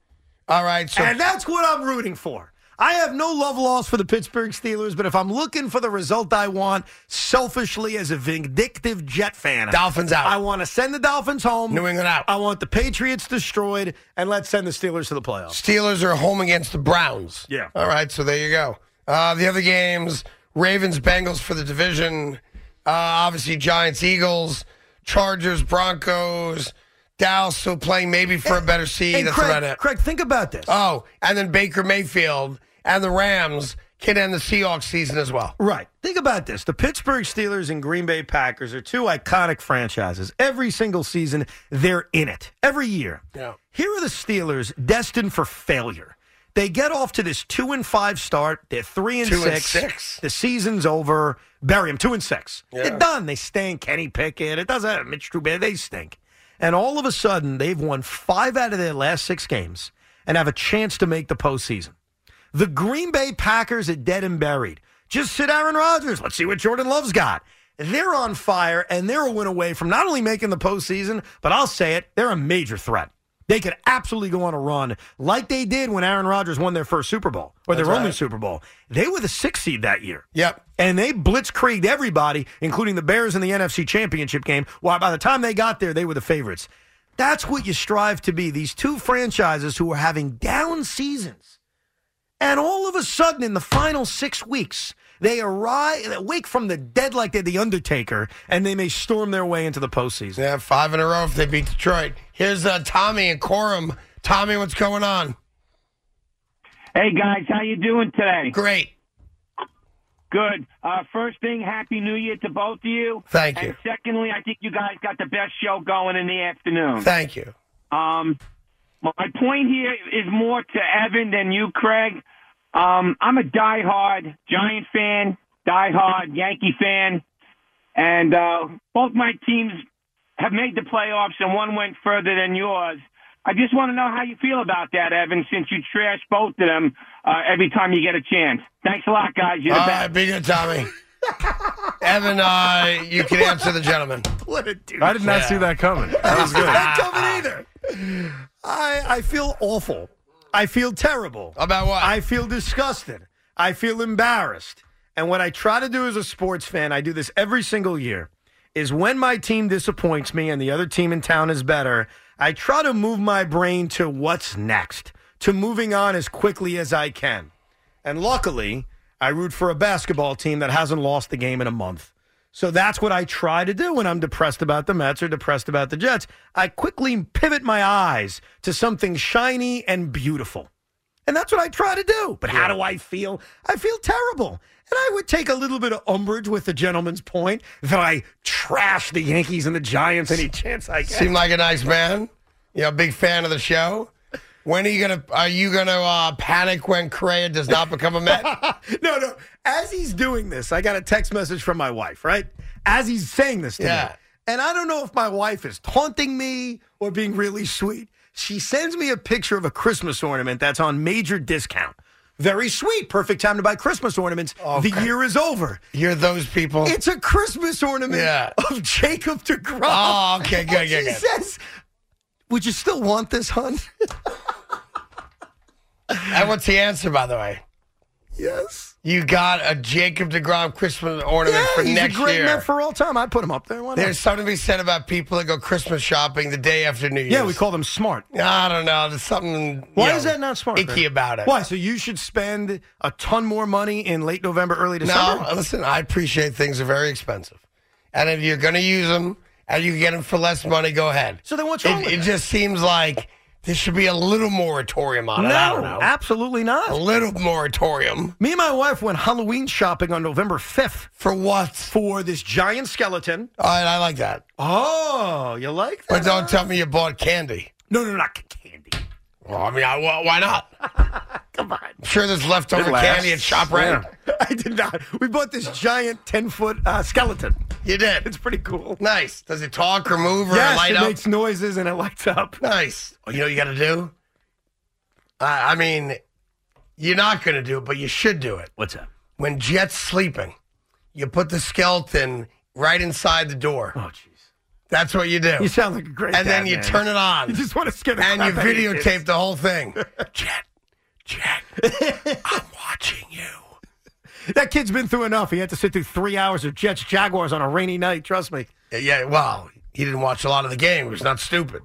[SPEAKER 1] All right. So
[SPEAKER 2] and that's what I'm rooting for. I have no love lost for the Pittsburgh Steelers, but if I'm looking for the result I want, selfishly as a vindictive Jet fan,
[SPEAKER 1] Dolphins out.
[SPEAKER 2] I want to send the Dolphins home.
[SPEAKER 1] New England out.
[SPEAKER 2] I want the Patriots destroyed, and let's send the Steelers to the playoffs.
[SPEAKER 1] Steelers are home against the Browns.
[SPEAKER 2] Yeah.
[SPEAKER 1] All right. So there you go. Uh, the other games: Ravens, Bengals for the division. Uh, obviously, Giants, Eagles, Chargers, Broncos. Dallas still playing maybe for a better seed.
[SPEAKER 2] And
[SPEAKER 1] That's
[SPEAKER 2] Craig,
[SPEAKER 1] about it.
[SPEAKER 2] Craig, think about this.
[SPEAKER 1] Oh, and then Baker Mayfield and the Rams can end the Seahawks season as well.
[SPEAKER 2] Right. Think about this. The Pittsburgh Steelers and Green Bay Packers are two iconic franchises. Every single season, they're in it. Every year.
[SPEAKER 1] Yeah.
[SPEAKER 2] Here are the Steelers destined for failure. They get off to this two and five start. They're three and,
[SPEAKER 1] Two and
[SPEAKER 2] six.
[SPEAKER 1] six.
[SPEAKER 2] The season's over. Bury them. Two and six.
[SPEAKER 1] Yeah.
[SPEAKER 2] They're done. They stink. Kenny Pickett. It doesn't matter. Mitch Trubisky. They stink. And all of a sudden, they've won five out of their last six games and have a chance to make the postseason. The Green Bay Packers are dead and buried. Just sit Aaron Rodgers. Let's see what Jordan Love's got. They're on fire, and they're a win away from not only making the postseason, but I'll say it, they're a major threat. They could absolutely go on a run like they did when Aaron Rodgers won their first Super Bowl or their only Super Bowl. They were the sixth seed that year.
[SPEAKER 1] Yep.
[SPEAKER 2] And they blitzkrieged everybody, including the Bears in the NFC Championship game. While by the time they got there, they were the favorites. That's what you strive to be. These two franchises who are having down seasons. And all of a sudden, in the final six weeks, They arrive, wake from the dead like they're the Undertaker, and they may storm their way into the postseason.
[SPEAKER 1] Yeah, five in a row if they beat Detroit. Here's uh, Tommy and Quorum. Tommy, what's going on?
[SPEAKER 6] Hey guys, how you doing today?
[SPEAKER 1] Great.
[SPEAKER 6] Good. Uh, first thing, happy New Year to both of you.
[SPEAKER 1] Thank you.
[SPEAKER 6] And secondly, I think you guys got the best show going in the afternoon.
[SPEAKER 1] Thank you.
[SPEAKER 6] Um, my point here is more to Evan than you, Craig. Um, I'm a diehard Giant fan, diehard Yankee fan, and uh, both my teams have made the playoffs, and one went further than yours. I just want to know how you feel about that, Evan, since you trash both of them uh, every time you get a chance. Thanks a lot, guys. You're the
[SPEAKER 1] All
[SPEAKER 6] best.
[SPEAKER 1] right, be good, Tommy. Evan, uh, you can answer the gentleman.
[SPEAKER 2] What a dude.
[SPEAKER 7] I did not
[SPEAKER 1] Yeah.
[SPEAKER 7] see that coming. That was good.
[SPEAKER 2] I didn't come in either. I I feel awful. I feel terrible.
[SPEAKER 1] About what?
[SPEAKER 2] I feel disgusted. I feel embarrassed. And what I try to do as a sports fan, I do this every single year, is when my team disappoints me and the other team in town is better, I try to move my brain to what's next, to moving on as quickly as I can. And luckily, I root for a basketball team that hasn't lost the game in a month. So that's what I try to do when I'm depressed about the Mets or depressed about the Jets. I quickly pivot my eyes to something shiny and beautiful. And that's what I try to do. But how do I feel? I feel terrible. And I would take a little bit of umbrage with the gentleman's point that I trash the Yankees and the Giants any chance I get.
[SPEAKER 1] Seem like a nice man. You know, big fan of the show. When are you gonna? Are you gonna uh, panic when Correa does not become a Met?
[SPEAKER 2] no, no. As he's doing this, I got a text message from my wife, right? As he's saying this to me.
[SPEAKER 1] Yeah.
[SPEAKER 2] And I don't know if my wife is taunting me or being really sweet. She sends me a picture of a Christmas ornament that's on major discount. Very sweet. Perfect time to buy Christmas ornaments. The year is over.
[SPEAKER 1] You're those people.
[SPEAKER 2] It's a Christmas ornament
[SPEAKER 1] Yeah.
[SPEAKER 2] of Jacob DeGrom.
[SPEAKER 1] Oh, okay, good,
[SPEAKER 2] And
[SPEAKER 1] good,
[SPEAKER 2] she
[SPEAKER 1] good.
[SPEAKER 2] says, Would you still want this, hun?
[SPEAKER 1] and what's the answer, by the way?
[SPEAKER 2] yes.
[SPEAKER 1] You got a Jacob Degrom Christmas ornament
[SPEAKER 2] Yeah,
[SPEAKER 1] for
[SPEAKER 2] he's a
[SPEAKER 1] next
[SPEAKER 2] great
[SPEAKER 1] year.
[SPEAKER 2] man for all time. I put him up there. Why not?
[SPEAKER 1] There's something to be said about people that go Christmas shopping the day after New Year's.
[SPEAKER 2] yeah, we call them smart.
[SPEAKER 1] I don't know. There's something.
[SPEAKER 2] Why
[SPEAKER 1] you know,
[SPEAKER 2] is that not smart?
[SPEAKER 1] Icky
[SPEAKER 2] Greg?
[SPEAKER 1] about it.
[SPEAKER 2] Why? So you should spend a ton more money in late November, early December.
[SPEAKER 1] No, listen, I appreciate things are very expensive. And if you're going to use them and you can get them for less money, go ahead.
[SPEAKER 2] So then what's wrong
[SPEAKER 1] It,
[SPEAKER 2] with
[SPEAKER 1] it
[SPEAKER 2] that?
[SPEAKER 1] just seems like there should be a little moratorium on it. I don't know.
[SPEAKER 2] absolutely
[SPEAKER 1] a
[SPEAKER 2] not.
[SPEAKER 1] little moratorium.
[SPEAKER 2] Me and my wife went Halloween shopping on November 5th
[SPEAKER 1] For what?
[SPEAKER 2] for this giant skeleton.
[SPEAKER 1] All right, I like that.
[SPEAKER 2] Oh, you like
[SPEAKER 1] But
[SPEAKER 2] that?
[SPEAKER 1] don't tell me you bought candy.
[SPEAKER 2] No, no, not candy.
[SPEAKER 1] Well, I mean, I, wh- why not?
[SPEAKER 2] Come on.
[SPEAKER 1] I'm sure there's leftover
[SPEAKER 7] It lasts.
[SPEAKER 1] candy at ShopRite.
[SPEAKER 2] I did not. We bought this giant 10 foot uh, skeleton.
[SPEAKER 1] You did.
[SPEAKER 2] It's pretty cool.
[SPEAKER 1] nice. Does it talk or move or
[SPEAKER 2] Yes,
[SPEAKER 1] light
[SPEAKER 2] it
[SPEAKER 1] up?
[SPEAKER 2] makes noises and it lights up.
[SPEAKER 1] Nice. Oh, you know what you got to do? I I mean, you're not going to do it, but you should do it.
[SPEAKER 2] What's up?
[SPEAKER 1] When Jet's sleeping, you put the skeleton right inside the door.
[SPEAKER 2] Oh, jeez.
[SPEAKER 1] That's what you do.
[SPEAKER 2] You sound like a great
[SPEAKER 1] and then
[SPEAKER 2] dad,
[SPEAKER 1] you
[SPEAKER 2] man.
[SPEAKER 1] turn it on
[SPEAKER 2] You just want to scare the
[SPEAKER 1] and you
[SPEAKER 2] crap out of your kids.
[SPEAKER 1] videotape the whole thing. Jet, Jet, I'm watching you.
[SPEAKER 2] That kid's been through enough. He had to sit through three hours of Jets Jaguars on a rainy night. Trust me.
[SPEAKER 1] Yeah, well, he didn't watch a lot of the game. He was not stupid.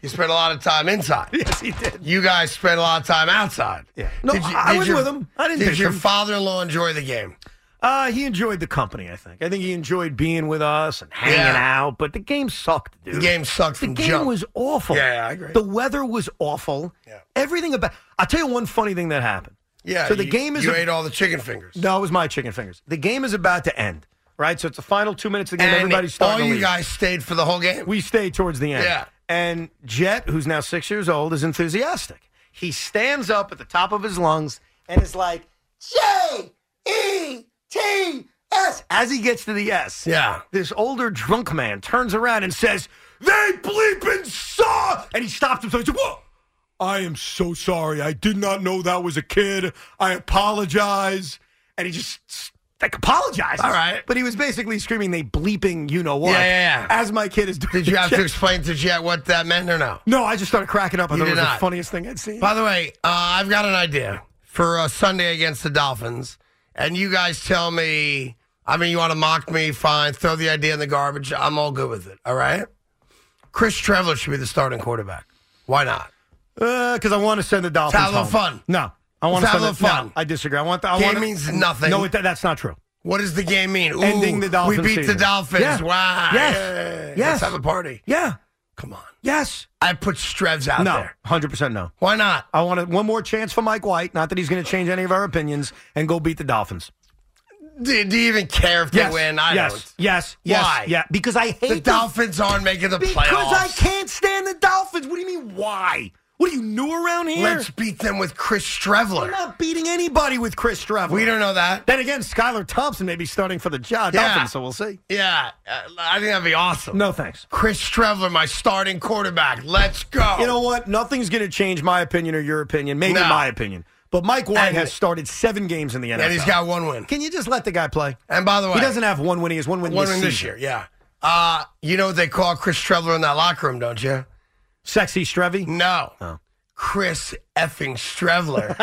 [SPEAKER 1] he spent a lot of time inside.
[SPEAKER 2] Yes, he did.
[SPEAKER 1] You guys spent a lot of time outside.
[SPEAKER 2] Yeah. No, I- I was with him. I didn't
[SPEAKER 1] Did
[SPEAKER 2] pitch
[SPEAKER 1] your
[SPEAKER 2] him.
[SPEAKER 1] father-in-law enjoy the game?
[SPEAKER 2] Uh, he enjoyed the company. I think. I think he enjoyed being with us and hanging
[SPEAKER 1] Yeah.
[SPEAKER 2] out. But the game sucked, dude.
[SPEAKER 1] The game sucked
[SPEAKER 2] The
[SPEAKER 1] from
[SPEAKER 2] game
[SPEAKER 1] jump.
[SPEAKER 2] was awful.
[SPEAKER 1] Yeah, yeah, I agree.
[SPEAKER 2] The weather was awful.
[SPEAKER 1] Yeah.
[SPEAKER 2] Everything about. I'll tell you one funny thing that happened.
[SPEAKER 1] yeah.
[SPEAKER 2] So the
[SPEAKER 1] you-
[SPEAKER 2] game is
[SPEAKER 1] You
[SPEAKER 2] a-
[SPEAKER 1] ate all the chicken fingers.
[SPEAKER 2] No, it was my chicken fingers. The game is about to end, right? So it's the final two minutes of the game.
[SPEAKER 1] and
[SPEAKER 2] Everybody's
[SPEAKER 1] all
[SPEAKER 2] starting to
[SPEAKER 1] you
[SPEAKER 2] leave.
[SPEAKER 1] guys stayed for the whole game.
[SPEAKER 2] we stay towards the end.
[SPEAKER 1] Yeah.
[SPEAKER 2] And Jet, who's now six years old, is enthusiastic. He stands up at the top of his lungs and is like, J E T S. As he gets to the S,
[SPEAKER 1] yeah.
[SPEAKER 2] this older drunk man turns around and says, They bleeping saw. And he stopped himself. He said, Whoa. I am so sorry. I did not know that was a kid. I apologize. And he just like apologized.
[SPEAKER 1] All right.
[SPEAKER 2] But he was basically screaming, they bleeping, you know what.
[SPEAKER 1] Yeah, yeah, yeah.
[SPEAKER 2] As my kid is doing
[SPEAKER 1] Did you have
[SPEAKER 2] Jet-
[SPEAKER 1] to explain to Jet what that meant or no?
[SPEAKER 2] no, I just started cracking up. I
[SPEAKER 1] You
[SPEAKER 2] thought it
[SPEAKER 1] did
[SPEAKER 2] was the
[SPEAKER 1] not.
[SPEAKER 2] funniest thing I'd seen.
[SPEAKER 1] By the way, uh, I've got an idea for uh, Sunday against the Dolphins, and you guys tell me. I mean, you want to mock me? Fine, throw the idea in the garbage. I'm all good with it. All right. Chris Trevor should be the starting quarterback. Why not?
[SPEAKER 2] Because Uh, I want to send the Dolphins
[SPEAKER 1] Have a little
[SPEAKER 2] home.
[SPEAKER 1] fun.
[SPEAKER 2] No, I want
[SPEAKER 1] Let's
[SPEAKER 2] to
[SPEAKER 1] have
[SPEAKER 2] spend
[SPEAKER 1] a
[SPEAKER 2] it- no,
[SPEAKER 1] fun.
[SPEAKER 2] I disagree. I want. The, I
[SPEAKER 1] Game
[SPEAKER 2] wanna-
[SPEAKER 1] means nothing.
[SPEAKER 2] No, it, that's not true.
[SPEAKER 1] What does the game mean? Ooh,
[SPEAKER 2] Ending the Dolphins
[SPEAKER 1] We beat
[SPEAKER 2] season.
[SPEAKER 1] the Dolphins.
[SPEAKER 2] Yeah.
[SPEAKER 1] Wow.
[SPEAKER 2] Yes.
[SPEAKER 1] Yeah.
[SPEAKER 2] Yes.
[SPEAKER 1] Let's have a party.
[SPEAKER 2] Yeah.
[SPEAKER 1] Come on.
[SPEAKER 2] Yes.
[SPEAKER 1] I put Strevs out
[SPEAKER 2] No.
[SPEAKER 1] there.
[SPEAKER 2] Hundred percent no.
[SPEAKER 1] Why not?
[SPEAKER 2] I want to, one more chance for Mike White. Not that he's going to change any of our opinions and go beat the Dolphins.
[SPEAKER 1] Do, do you even care if
[SPEAKER 2] Yes.
[SPEAKER 1] they win? I
[SPEAKER 2] yes.
[SPEAKER 1] don't.
[SPEAKER 2] Yes. Yes.
[SPEAKER 1] Why?
[SPEAKER 2] Yeah. Because I hate
[SPEAKER 1] The Dolphins aren't making the
[SPEAKER 2] Because
[SPEAKER 1] playoffs.
[SPEAKER 2] I can't stand the Dolphins. What do you mean? Why? What are you new around here?
[SPEAKER 1] Let's beat them with Chris
[SPEAKER 2] I'm
[SPEAKER 1] Strevler.
[SPEAKER 2] not beating anybody with Chris Trevor.
[SPEAKER 1] We don't know that.
[SPEAKER 2] Then again, Skylar Thompson may be starting for the job.
[SPEAKER 1] Yeah.
[SPEAKER 2] Dolphins, so we'll see.
[SPEAKER 1] Yeah, uh, I think that'd be awesome.
[SPEAKER 2] No thanks.
[SPEAKER 1] Chris Strevler, my starting quarterback. Let's go.
[SPEAKER 2] You know what? Nothing's going to change my opinion or your opinion. Maybe
[SPEAKER 1] No.
[SPEAKER 2] my opinion. But Mike White
[SPEAKER 1] And-
[SPEAKER 2] has started seven games in the NFL.
[SPEAKER 1] and he's got one win.
[SPEAKER 2] Can you just let the guy play?
[SPEAKER 1] And by the way,
[SPEAKER 2] He doesn't have one win. He has one win,
[SPEAKER 1] one
[SPEAKER 2] this,
[SPEAKER 1] win this
[SPEAKER 2] season.
[SPEAKER 1] year. Yeah. Uh, you know what they call Chris Strevler in that locker room, don't you?
[SPEAKER 2] Sexy Strevy.
[SPEAKER 1] No. Chris effing Strevler.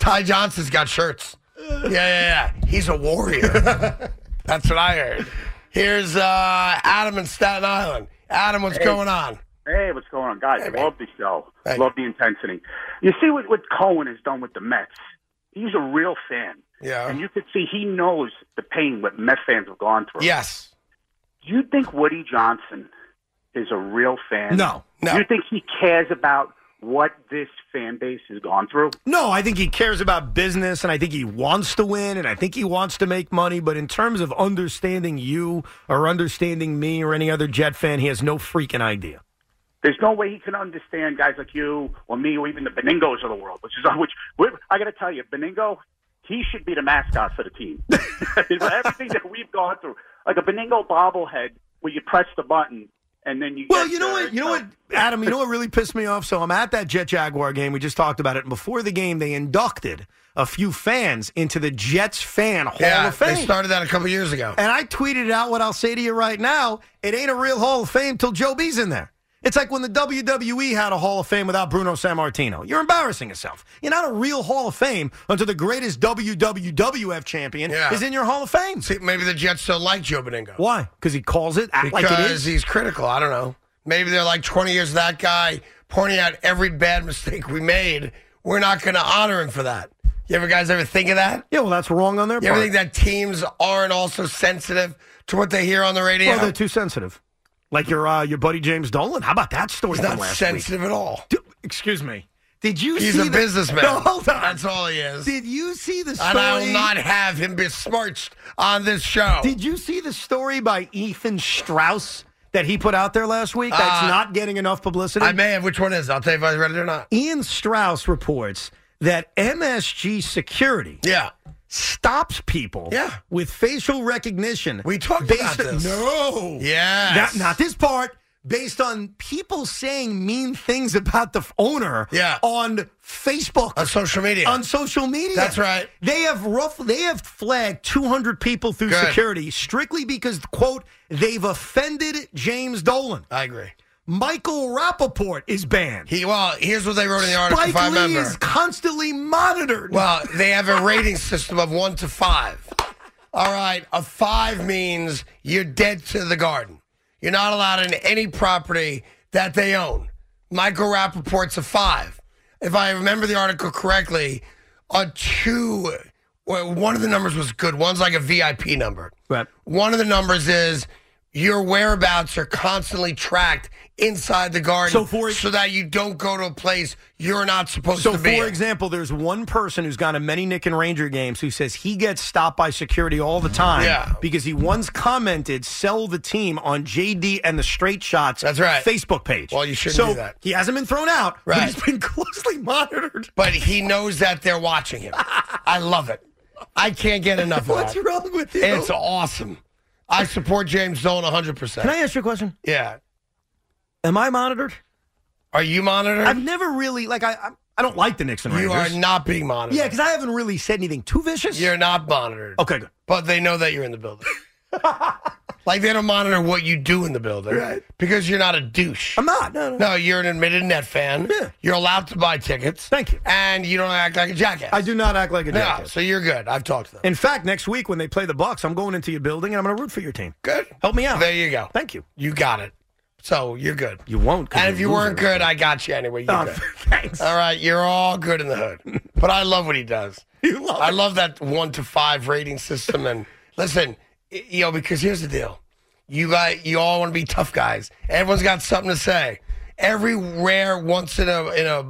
[SPEAKER 1] Ty Johnson's got shirts. Yeah, yeah, yeah. He's a warrior. That's what I heard. Here's uh, Adam in Staten Island. Adam, what's going on?
[SPEAKER 7] Hey, what's going on, guys?
[SPEAKER 1] man.
[SPEAKER 7] Love the show.
[SPEAKER 1] Thank
[SPEAKER 7] Love the intensity. You see what, what Cohen has done with the Mets. He's a real fan.
[SPEAKER 1] Yeah.
[SPEAKER 7] And you could see he knows the pain what Mets fans have gone through.
[SPEAKER 1] Yes.
[SPEAKER 7] Do you think Woody Johnson is a real fan?
[SPEAKER 2] No,
[SPEAKER 1] no.
[SPEAKER 7] Do you think he cares about what this fan base has gone through?
[SPEAKER 2] No, I think he cares about business and I think he wants to win and I think he wants to make money. But in terms of understanding you or understanding me or any other Jet fan, he has no freaking idea.
[SPEAKER 7] There's no way he can understand guys like you or me or even the Beningos of the world, which is which we're- I got to tell you, Beningo, he should be the mascot for the team. For everything that we've gone through, like a Beningo bobblehead, where you press the button and then you.
[SPEAKER 2] Well,
[SPEAKER 7] get
[SPEAKER 2] you know
[SPEAKER 7] the-
[SPEAKER 2] what? You know what, Adam? You know what really pissed me off? So I'm at that Jet Jaguar game. We just talked about it. And before the game, they inducted a few fans into the Jets Fan Hall
[SPEAKER 1] Yeah,
[SPEAKER 2] of Fame.
[SPEAKER 1] they started that a couple years ago.
[SPEAKER 2] And I tweeted out what I'll say to you right now. It ain't a real Hall of Fame till Joe B's in there. It's like when the WWE had a Hall of Fame without Bruno Sammartino. You're embarrassing yourself. You're not a real Hall of Fame until the greatest WWWF champion
[SPEAKER 1] Yeah.
[SPEAKER 2] is in your Hall of Fame.
[SPEAKER 1] See, maybe the Jets don't like Joe Beningo.
[SPEAKER 2] Why? Because he calls it act
[SPEAKER 1] Because
[SPEAKER 2] like it is.
[SPEAKER 1] he's critical. I don't know. Maybe they're like 20 years of that guy pointing out every bad mistake we made. We're not going to honor him for that. You ever guys ever think of that?
[SPEAKER 2] Yeah, well, that's wrong on their
[SPEAKER 1] You ever
[SPEAKER 2] part.
[SPEAKER 1] think that teams aren't also sensitive to what they hear on the radio?
[SPEAKER 2] Well, they're too sensitive. Like your uh, your buddy James Dolan. How about that story
[SPEAKER 1] He's
[SPEAKER 2] from
[SPEAKER 1] not
[SPEAKER 2] last week?
[SPEAKER 1] sensitive at all.
[SPEAKER 2] Dude, excuse me. Did you
[SPEAKER 1] He's
[SPEAKER 2] see
[SPEAKER 1] a
[SPEAKER 2] the-
[SPEAKER 1] businessman.
[SPEAKER 2] No, hold on.
[SPEAKER 1] That's all he is.
[SPEAKER 2] Did you see the story?
[SPEAKER 1] and I will not have him besmirched on this show.
[SPEAKER 2] Did you see the story by Ethan Strauss that he put out there last week? That's
[SPEAKER 1] Uh,
[SPEAKER 2] not getting enough publicity.
[SPEAKER 1] I may have. Which one is? it? I'll tell you if I read it or not.
[SPEAKER 2] Ian Strauss reports that MSG security
[SPEAKER 1] Yeah.
[SPEAKER 2] stops people
[SPEAKER 1] Yeah.
[SPEAKER 2] with facial recognition.
[SPEAKER 1] We talked
[SPEAKER 2] based
[SPEAKER 1] about this.
[SPEAKER 2] No.
[SPEAKER 1] Yes.
[SPEAKER 2] Not, not this part. Based on people saying mean things about the f- owner
[SPEAKER 1] Yeah.
[SPEAKER 2] on Facebook.
[SPEAKER 1] On social media.
[SPEAKER 2] On social media.
[SPEAKER 1] That's right.
[SPEAKER 2] They have rough they have flagged 200 people through
[SPEAKER 1] Good.
[SPEAKER 2] security strictly because quote they've offended James Dolan.
[SPEAKER 1] I agree.
[SPEAKER 2] Michael Rappaport is banned.
[SPEAKER 1] He well, here's what they wrote in the article. if I
[SPEAKER 2] Spike Lee
[SPEAKER 1] remember.
[SPEAKER 2] is constantly monitored.
[SPEAKER 1] Well, they have a rating system of one to five. All right, a five means you're dead to the garden. You're not allowed in any property that they own. Michael Rappaport's a five. If I remember the article correctly, a two, well, one of the numbers was good. One's like a VIP number.
[SPEAKER 2] Right.
[SPEAKER 1] One of the numbers is your whereabouts are constantly tracked inside the garden
[SPEAKER 2] So for-
[SPEAKER 1] so that you don't go to a place you're not supposed
[SPEAKER 2] So,
[SPEAKER 1] to
[SPEAKER 2] for
[SPEAKER 1] be. in.
[SPEAKER 2] example, there's one person who's gone to many Nick and Ranger games who says he gets stopped by security all the time
[SPEAKER 1] Yeah.
[SPEAKER 2] because he once commented "sell the team" on JD and the Straight Shots.
[SPEAKER 1] That's right.
[SPEAKER 2] Facebook page.
[SPEAKER 1] Well, you shouldn't
[SPEAKER 2] so
[SPEAKER 1] do that.
[SPEAKER 2] He hasn't been thrown out. but
[SPEAKER 1] Right.
[SPEAKER 2] he's been closely monitored.
[SPEAKER 1] but he knows that they're watching him. I love it. I can't get enough of
[SPEAKER 2] What's
[SPEAKER 1] that.
[SPEAKER 2] wrong with you?
[SPEAKER 1] It's awesome. I support James Dolan 100%.
[SPEAKER 2] Can I ask you a question?
[SPEAKER 1] yeah.
[SPEAKER 2] Am I monitored?
[SPEAKER 1] Are you monitored?
[SPEAKER 2] I've never really like I I'm- I don't like the Knicks and
[SPEAKER 1] you are
[SPEAKER 2] Rangers.
[SPEAKER 1] not being monitored.
[SPEAKER 2] yeah, because I haven't really said anything too vicious.
[SPEAKER 1] You're not monitored.
[SPEAKER 2] okay, good.
[SPEAKER 1] But they know that you're in the building. like they don't monitor what you do in the building.
[SPEAKER 2] Right.
[SPEAKER 1] Because you're not a douche.
[SPEAKER 2] I'm not. No, no.
[SPEAKER 1] no, you're an admitted net fan.
[SPEAKER 2] Yeah.
[SPEAKER 1] You're allowed to buy tickets.
[SPEAKER 2] Thank you.
[SPEAKER 1] And you don't act like a jackass.
[SPEAKER 2] I do not act like a
[SPEAKER 1] No,
[SPEAKER 2] jackass.
[SPEAKER 1] so you're good. I've talked to them.
[SPEAKER 2] In fact, next week when they play the Bucks, I'm going into your building and I'm going to root for your team.
[SPEAKER 1] Good.
[SPEAKER 2] Help me out.
[SPEAKER 1] There you go.
[SPEAKER 2] Thank you.
[SPEAKER 1] You got it. So you're good.
[SPEAKER 2] You won't. 'cause
[SPEAKER 1] And if you
[SPEAKER 2] you're a
[SPEAKER 1] weren't
[SPEAKER 2] loser.
[SPEAKER 1] good, I got you anyway. You're
[SPEAKER 2] Oh,
[SPEAKER 1] good.
[SPEAKER 2] thanks.
[SPEAKER 1] All right, you're all good in the hood. But I love what he does.
[SPEAKER 2] You love
[SPEAKER 1] I
[SPEAKER 2] it.
[SPEAKER 1] love that one to five rating system. And listen, y- you know, because here's the deal: you got you all want to be tough guys. Everyone's got something to say. Every rare once in a in a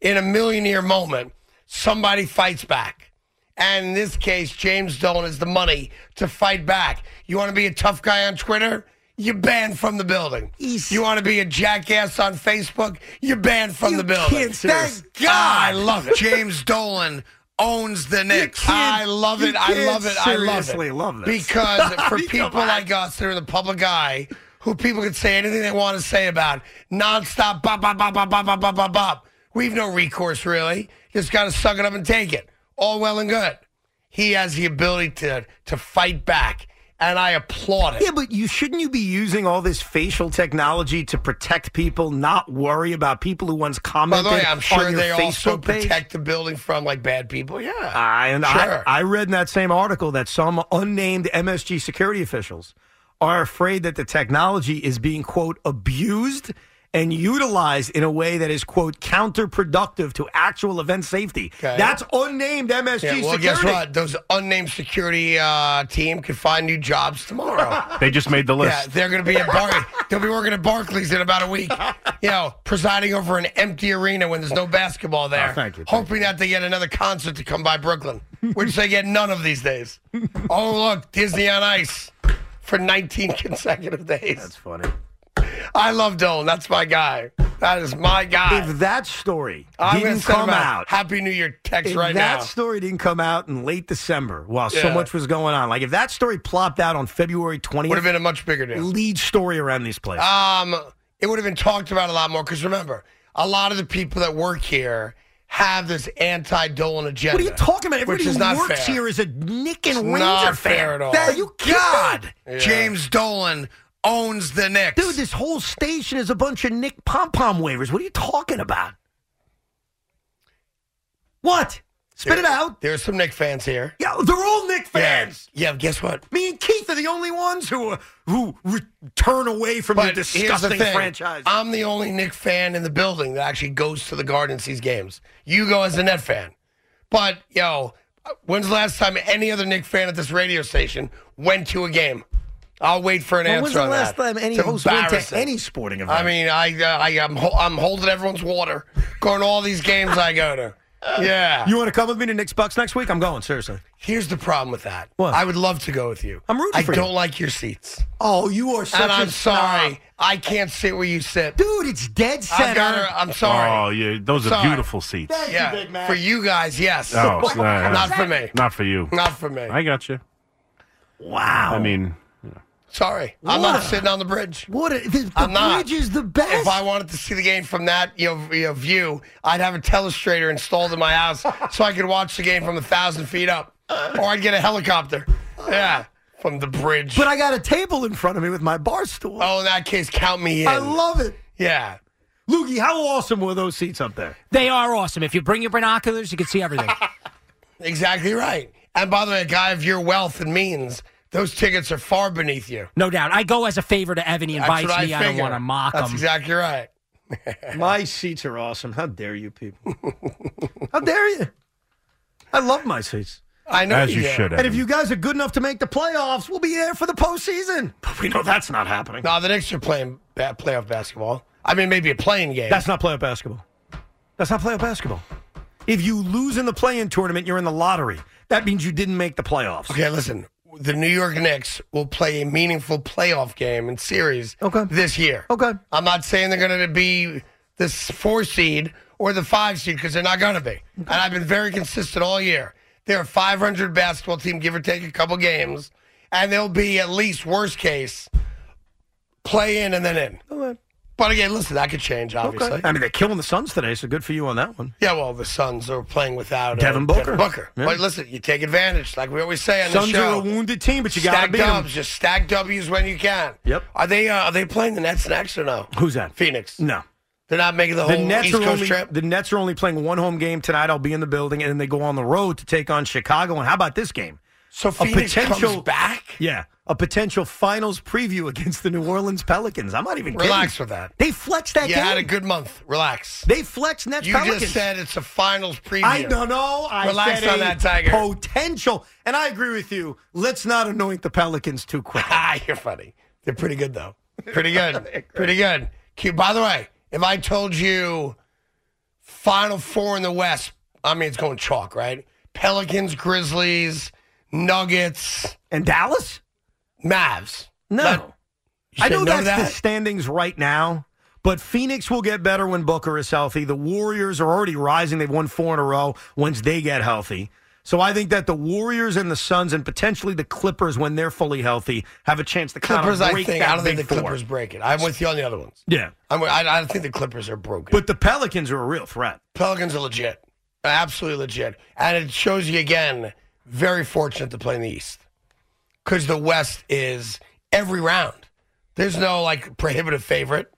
[SPEAKER 1] in a millionaire moment, somebody fights back. And in this case, James Dolan is the money to fight back. You want to be a tough guy on Twitter? You're banned from the building.
[SPEAKER 2] East.
[SPEAKER 1] You want to be a jackass on Facebook? You're banned from
[SPEAKER 2] You
[SPEAKER 1] the building.
[SPEAKER 2] can't- thank God.
[SPEAKER 1] I love it.
[SPEAKER 8] James Dolan owns the Knicks.
[SPEAKER 1] I love
[SPEAKER 2] you
[SPEAKER 1] it. I
[SPEAKER 2] can't
[SPEAKER 1] love it. I love
[SPEAKER 2] seriously
[SPEAKER 1] it.
[SPEAKER 2] love this.
[SPEAKER 1] Because for
[SPEAKER 2] Come
[SPEAKER 1] people
[SPEAKER 2] on.
[SPEAKER 1] like us that are the public eye, who people can say anything they want to say about, nonstop, bop, bop, bop, bop, bop, bop, bop, bop, bop. We've no recourse, really. Just got to suck it up and take it. All well and good. He has the ability to, to fight back, and I applaud it.
[SPEAKER 2] Yeah, but you shouldn't you be using all this facial technology to protect people, not worry about people who once
[SPEAKER 1] By
[SPEAKER 2] commented
[SPEAKER 1] the way, I'm sure
[SPEAKER 2] on your
[SPEAKER 1] they
[SPEAKER 2] Facebook
[SPEAKER 1] also
[SPEAKER 2] page?
[SPEAKER 1] protect the building from like bad people. Yeah.
[SPEAKER 2] I, and
[SPEAKER 1] Sure.
[SPEAKER 2] I, I read in that same article that some unnamed MSG security officials are afraid that the technology is being, quote, abused and utilized in a way that is, quote, counterproductive to actual event safety.
[SPEAKER 1] Okay.
[SPEAKER 2] That's unnamed MSG
[SPEAKER 1] Yeah, well,
[SPEAKER 2] security.
[SPEAKER 1] guess what? Those unnamed security uh, team could find new jobs tomorrow.
[SPEAKER 8] They just made the
[SPEAKER 1] yeah,
[SPEAKER 8] list.
[SPEAKER 1] they're going to be at Bar- they'll be working at Barclays in about a week. You know, presiding over an empty arena when there's no basketball there.
[SPEAKER 2] Oh, thank you, thank
[SPEAKER 1] hoping that they get another concert to come by Brooklyn, which they get none of these days. Oh, look, Disney on Ice for 19 consecutive
[SPEAKER 2] That's
[SPEAKER 1] days.
[SPEAKER 2] funny.
[SPEAKER 1] I love Dolan. That's my guy. That is my guy.
[SPEAKER 2] If that story
[SPEAKER 1] I'm going
[SPEAKER 2] didn't
[SPEAKER 1] to send him
[SPEAKER 2] come
[SPEAKER 1] a
[SPEAKER 2] out,
[SPEAKER 1] Happy New Year text
[SPEAKER 2] if
[SPEAKER 1] right
[SPEAKER 2] that
[SPEAKER 1] now.
[SPEAKER 2] story didn't come out in late December while so
[SPEAKER 1] Yeah.
[SPEAKER 2] much was going on, like if that story plopped out on February
[SPEAKER 1] Would have
[SPEAKER 2] 20th,
[SPEAKER 1] been a much bigger deal.
[SPEAKER 2] lead story around these places.
[SPEAKER 1] um, it would have been talked about a lot more because remember, a lot of the people that work here have this anti Dolan agenda.
[SPEAKER 2] What are you talking about? Everybody
[SPEAKER 1] which is
[SPEAKER 2] who
[SPEAKER 1] not
[SPEAKER 2] works
[SPEAKER 1] fair.
[SPEAKER 2] here is a Nick and
[SPEAKER 1] It's
[SPEAKER 2] Ranger
[SPEAKER 1] not
[SPEAKER 2] fan.
[SPEAKER 1] fair at all.
[SPEAKER 2] Thank you God,
[SPEAKER 1] Yeah.
[SPEAKER 8] James Dolan owns the Knicks.
[SPEAKER 2] dude, this whole station is a bunch of Nick pom pom waivers. What are you talking about? What? Spit it out.
[SPEAKER 1] There's some Nick fans here.
[SPEAKER 2] Yeah, they're all Nick fans.
[SPEAKER 1] Yeah, yeah guess what?
[SPEAKER 2] Me and Keith are the only ones who who re- turn away from your
[SPEAKER 1] But here's the
[SPEAKER 2] disgusting
[SPEAKER 1] thing.
[SPEAKER 2] franchise.
[SPEAKER 1] I'm the only Nick fan in the building that actually goes to the Garden and sees games. You go as a Net fan. But, yo, when's the last time any other Nick fan at this radio station went to a game? I'll wait for an
[SPEAKER 2] When
[SPEAKER 1] answer
[SPEAKER 2] was the
[SPEAKER 1] on
[SPEAKER 2] last
[SPEAKER 1] that.
[SPEAKER 2] time any
[SPEAKER 1] It's
[SPEAKER 2] host went to
[SPEAKER 1] embarrassing.
[SPEAKER 2] any sporting event?
[SPEAKER 1] I mean, I, uh, I I'm, ho- I'm holding everyone's water, going to all these games I go to. Yeah.
[SPEAKER 2] you want to come with me to Nick's Bucks next week? I'm going seriously.
[SPEAKER 1] Here's the problem with that.
[SPEAKER 2] What?
[SPEAKER 1] I would love to go with you.
[SPEAKER 2] I'm rooting
[SPEAKER 1] I
[SPEAKER 2] for you.
[SPEAKER 1] don't like your seats,
[SPEAKER 2] Oh, you are such
[SPEAKER 1] and
[SPEAKER 2] a
[SPEAKER 1] I'm
[SPEAKER 2] snob.
[SPEAKER 1] sorry. I can't sit where you sit.
[SPEAKER 2] dude. It's dead center.
[SPEAKER 1] I got her. I'm
[SPEAKER 8] Oh,
[SPEAKER 1] sorry.
[SPEAKER 8] yeah, those are
[SPEAKER 1] Sorry.
[SPEAKER 8] beautiful seats.
[SPEAKER 2] Thank
[SPEAKER 1] yeah,
[SPEAKER 2] you, Big Mac.
[SPEAKER 1] for you guys, yes.
[SPEAKER 8] Oh, it's not,
[SPEAKER 1] Not for me.
[SPEAKER 8] not for you.
[SPEAKER 1] Not for me.
[SPEAKER 8] I got you.
[SPEAKER 2] Wow.
[SPEAKER 8] I mean,
[SPEAKER 1] sorry. I'm
[SPEAKER 2] What
[SPEAKER 1] not
[SPEAKER 2] a-
[SPEAKER 1] sitting on the bridge.
[SPEAKER 2] What a, the, the
[SPEAKER 1] I'm not.
[SPEAKER 2] bridge is the best.
[SPEAKER 1] If I wanted to see the game from that you know, you know, view, I'd have a telestrator installed in my house so I could watch the game from a thousand feet up, or I'd get a helicopter. Yeah, from the bridge.
[SPEAKER 2] but I got a table in front of me with my bar stool.
[SPEAKER 1] oh, in that case, count me in.
[SPEAKER 2] I love it.
[SPEAKER 1] yeah.
[SPEAKER 2] Loogie, how awesome were those seats up there?
[SPEAKER 4] They are awesome. If you bring your binoculars, you can see everything.
[SPEAKER 1] Exactly right. And by the way, a guy of your wealth and means, those tickets are far beneath you.
[SPEAKER 4] No doubt. I go as a favor to Evan. He
[SPEAKER 1] That's
[SPEAKER 4] invites
[SPEAKER 1] what
[SPEAKER 4] me.
[SPEAKER 1] I
[SPEAKER 4] I don't
[SPEAKER 1] figure.
[SPEAKER 4] want to mock
[SPEAKER 1] That's
[SPEAKER 4] him.
[SPEAKER 1] exactly right.
[SPEAKER 2] My seats are awesome. How dare you people? how dare you? I love my seats.
[SPEAKER 1] I know.
[SPEAKER 8] as you
[SPEAKER 1] do.
[SPEAKER 8] should.
[SPEAKER 2] And if
[SPEAKER 8] Evan.
[SPEAKER 2] you guys are good enough to make the playoffs, we'll be there for the postseason. But we know that's not happening.
[SPEAKER 1] No, the Knicks are playing ba- playoff basketball. I mean, maybe a playing game.
[SPEAKER 2] That's not playoff basketball. That's not playoff basketball. If you lose in the play-in tournament, you're in the lottery. That means you didn't make the playoffs.
[SPEAKER 1] okay, listen. The New York Knicks will play a meaningful playoff game and series
[SPEAKER 2] Okay.
[SPEAKER 1] this year.
[SPEAKER 2] Okay.
[SPEAKER 1] I'm not saying they're going to be the four seed or the five seed because they're not going to be. And I've been very consistent all year. They're a 500 basketball team, give or take a couple games, and they'll be at least worst case play in and then in.
[SPEAKER 2] Okay.
[SPEAKER 1] But again, listen, that could change, obviously.
[SPEAKER 2] I mean, they're killing the Suns today, so good for you on that one.
[SPEAKER 1] Yeah, well, the Suns are playing without uh,
[SPEAKER 2] Devin Booker. Yeah.
[SPEAKER 1] But listen, you take advantage, like we always say on the
[SPEAKER 2] Suns
[SPEAKER 1] show.
[SPEAKER 2] are a wounded team, but you got to
[SPEAKER 1] stack
[SPEAKER 2] beat them.
[SPEAKER 1] dubs, just stack W's when you can.
[SPEAKER 2] Yep.
[SPEAKER 1] Are they uh, are they playing the Nets next or no?
[SPEAKER 2] Who's that?
[SPEAKER 1] Phoenix.
[SPEAKER 2] No,
[SPEAKER 1] They're not making the
[SPEAKER 2] the
[SPEAKER 1] whole
[SPEAKER 2] Nets
[SPEAKER 1] East
[SPEAKER 2] are
[SPEAKER 1] Coast
[SPEAKER 2] only
[SPEAKER 1] trip.
[SPEAKER 2] the Nets are only playing one home game tonight. I'll be in the building, and then they go on the road to take on Chicago. And how about this game?
[SPEAKER 1] So
[SPEAKER 2] a
[SPEAKER 1] Phoenix comes
[SPEAKER 2] potential
[SPEAKER 1] back?
[SPEAKER 2] Yeah, a potential finals preview against the New Orleans Pelicans. I'm not even kidding.
[SPEAKER 1] Relax with that.
[SPEAKER 2] They flexed that
[SPEAKER 1] you
[SPEAKER 2] game.
[SPEAKER 1] had a good month. Relax.
[SPEAKER 2] They flexed Nets
[SPEAKER 1] You
[SPEAKER 2] Pelicans.
[SPEAKER 1] just said it's a finals preview.
[SPEAKER 2] I don't know. I
[SPEAKER 1] Relax
[SPEAKER 2] said
[SPEAKER 1] on
[SPEAKER 2] a
[SPEAKER 1] that, Tiger.
[SPEAKER 2] Potential, and I agree with you. Let's not anoint the Pelicans too quick.
[SPEAKER 1] Ah, you're funny. They're pretty good though. Pretty good. pretty good. Cute. By the way, if I told you Final Four in the West, I mean it's going chalk, right? Pelicans, Grizzlies, Nuggets,
[SPEAKER 2] and Dallas,
[SPEAKER 1] Mavs.
[SPEAKER 2] No,
[SPEAKER 1] You
[SPEAKER 2] I
[SPEAKER 1] said
[SPEAKER 2] know
[SPEAKER 1] no
[SPEAKER 2] that's
[SPEAKER 1] to
[SPEAKER 2] the standings right now. But Phoenix will get better when Booker is healthy. The Warriors are already rising. They've won four in a row once they get healthy. So I think that the Warriors and the Suns and potentially the Clippers, when they're fully healthy, have a chance to kind
[SPEAKER 1] Clippers,
[SPEAKER 2] of
[SPEAKER 1] I
[SPEAKER 2] break
[SPEAKER 1] think.
[SPEAKER 2] that
[SPEAKER 1] I don't think the
[SPEAKER 2] big four.
[SPEAKER 1] Clippers break it. I'm with you on the other ones.
[SPEAKER 2] Yeah.
[SPEAKER 1] I'm, I, I think the Clippers are broken.
[SPEAKER 2] But the Pelicans are a real threat.
[SPEAKER 1] Pelicans are legit. Absolutely legit. And it shows you again, very fortunate to play in the East. Because the West is every round. There's no like prohibitive favorite,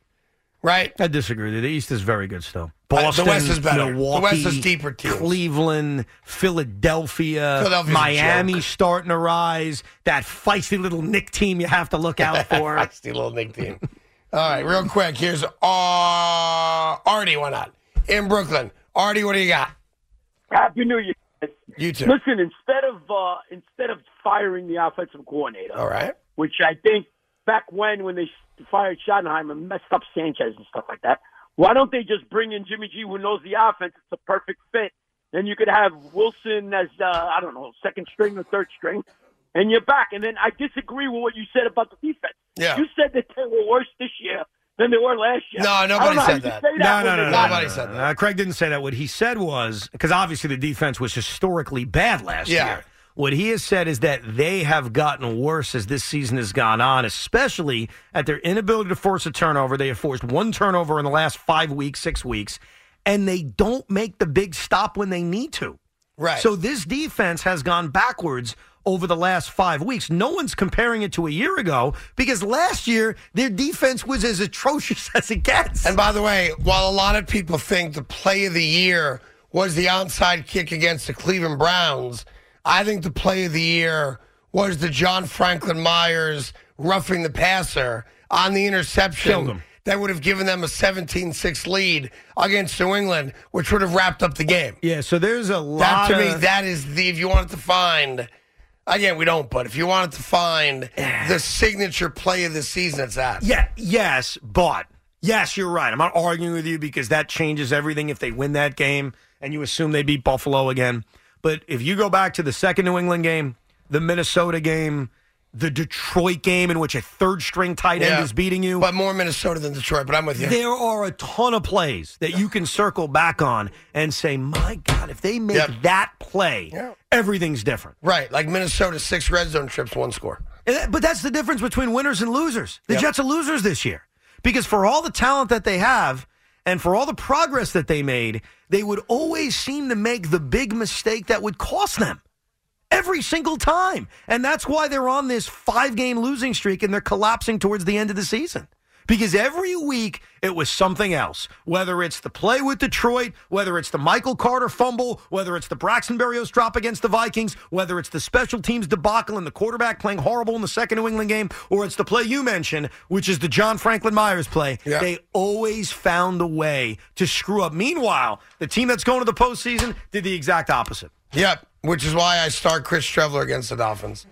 [SPEAKER 1] right?
[SPEAKER 2] I disagree. The East is very good still.
[SPEAKER 1] Uh,
[SPEAKER 2] Boston,
[SPEAKER 1] the West is better. The
[SPEAKER 2] Milwaukee,
[SPEAKER 1] West is deeper teams.
[SPEAKER 2] Cleveland, Philadelphia,
[SPEAKER 1] Philadelphia's a
[SPEAKER 2] Miami
[SPEAKER 1] joke.
[SPEAKER 2] starting to rise. That feisty little Nick team you have to look out for.
[SPEAKER 1] Feisty little Nick team. All right, real quick. Here's uh, Artie, why not? In Brooklyn. Artie, what do you got?
[SPEAKER 9] Happy New Year.
[SPEAKER 1] You too.
[SPEAKER 9] Listen, instead of uh, instead of firing the offensive coordinator,
[SPEAKER 1] All right.
[SPEAKER 9] which I think back when when they fired Schottenheimer messed up Sanchez and stuff like that, why don't they just bring in Jimmy G, who knows the offense? It's a perfect fit. Then you could have Wilson as uh, I don't know second string or third string, and you're back. And then I disagree with what you said about the defense.
[SPEAKER 1] Yeah.
[SPEAKER 9] You said that they were worse this year than they were last year.
[SPEAKER 1] No,
[SPEAKER 9] I don't
[SPEAKER 1] nobody
[SPEAKER 9] know how
[SPEAKER 1] said
[SPEAKER 9] you
[SPEAKER 1] that.
[SPEAKER 9] say
[SPEAKER 2] No, no,
[SPEAKER 9] when
[SPEAKER 2] no,
[SPEAKER 9] they're
[SPEAKER 2] no.
[SPEAKER 9] not-
[SPEAKER 1] Nobody
[SPEAKER 2] no,
[SPEAKER 1] said
[SPEAKER 2] no. Uh, Craig didn't say that. What he said was because obviously the defense was historically bad last
[SPEAKER 1] Yeah.
[SPEAKER 2] year. What he has said is that they have gotten worse as this season has gone on, especially at their inability to force a turnover. They have forced one turnover in the last five weeks, six weeks, and they don't make the big stop when they need to.
[SPEAKER 1] Right.
[SPEAKER 2] So this defense has gone backwards over the last five weeks. No one's comparing it to a year ago because last year their defense was as atrocious as it gets.
[SPEAKER 1] And by the way, while a lot of people think the play of the year was the onside kick against the Cleveland Browns, I think the play of the year was the John Franklin Myers roughing the passer on the
[SPEAKER 2] Killed
[SPEAKER 1] interception
[SPEAKER 2] him.
[SPEAKER 1] that would have given them a 17 6 lead against New England, which would have wrapped up the game.
[SPEAKER 2] Yeah, so there's a
[SPEAKER 1] That
[SPEAKER 2] lot
[SPEAKER 1] to me,
[SPEAKER 2] of
[SPEAKER 1] that is the, if you wanted to find, again, we don't, but if you wanted to find the signature play of the season, it's that.
[SPEAKER 2] yeah, yes, but yes, you're right. I'm not arguing with you because that changes everything if they win that game and you assume they beat Buffalo again. But if you go back to the second New England game, the Minnesota game, the Detroit game in which a third string tight end
[SPEAKER 1] Yeah.
[SPEAKER 2] is beating you,
[SPEAKER 1] But more Minnesota than Detroit, but I'm with you.
[SPEAKER 2] there are a ton of plays that you can circle back on and say, "My god, if they make
[SPEAKER 1] Yep.
[SPEAKER 2] that play,
[SPEAKER 1] Yeah.
[SPEAKER 2] everything's different."
[SPEAKER 1] Right, like Minnesota, six red zone trips, one score.
[SPEAKER 2] And that- but that's the difference between winners and losers. The
[SPEAKER 1] Yep.
[SPEAKER 2] Jets are losers this year because for all the talent that they have and for all the progress that they made, they would always seem to make the big mistake that would cost them every single time. And that's why they're on this five game losing streak and they're collapsing towards the end of the season. Because every week it was something else. Whether it's the play with Detroit, whether it's the Michael Carter fumble, whether it's the Braxton Berrios drop against the Vikings, whether it's the special teams debacle and the quarterback playing horrible in the second New England game, or it's the play you mentioned, which is the John Franklin Myers play.
[SPEAKER 1] Yeah.
[SPEAKER 2] They always found a way to screw up. Meanwhile, the team that's going to the postseason did the exact opposite.
[SPEAKER 1] Yep, which is why I start Chris Trevler against the Dolphins.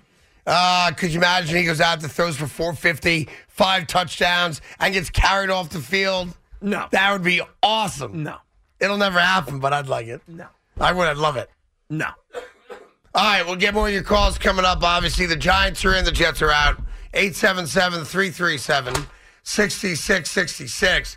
[SPEAKER 1] Uh, could you imagine he goes out to throws for 450, five touchdowns, and gets carried off the field?
[SPEAKER 2] No.
[SPEAKER 1] That would be awesome.
[SPEAKER 2] No.
[SPEAKER 1] It'll never happen, but I'd like it.
[SPEAKER 2] No.
[SPEAKER 1] I would. I'd love it.
[SPEAKER 2] No.
[SPEAKER 1] All right, we'll get more of your calls coming up. Obviously, the Giants are in, the Jets are out. 877 337 6666.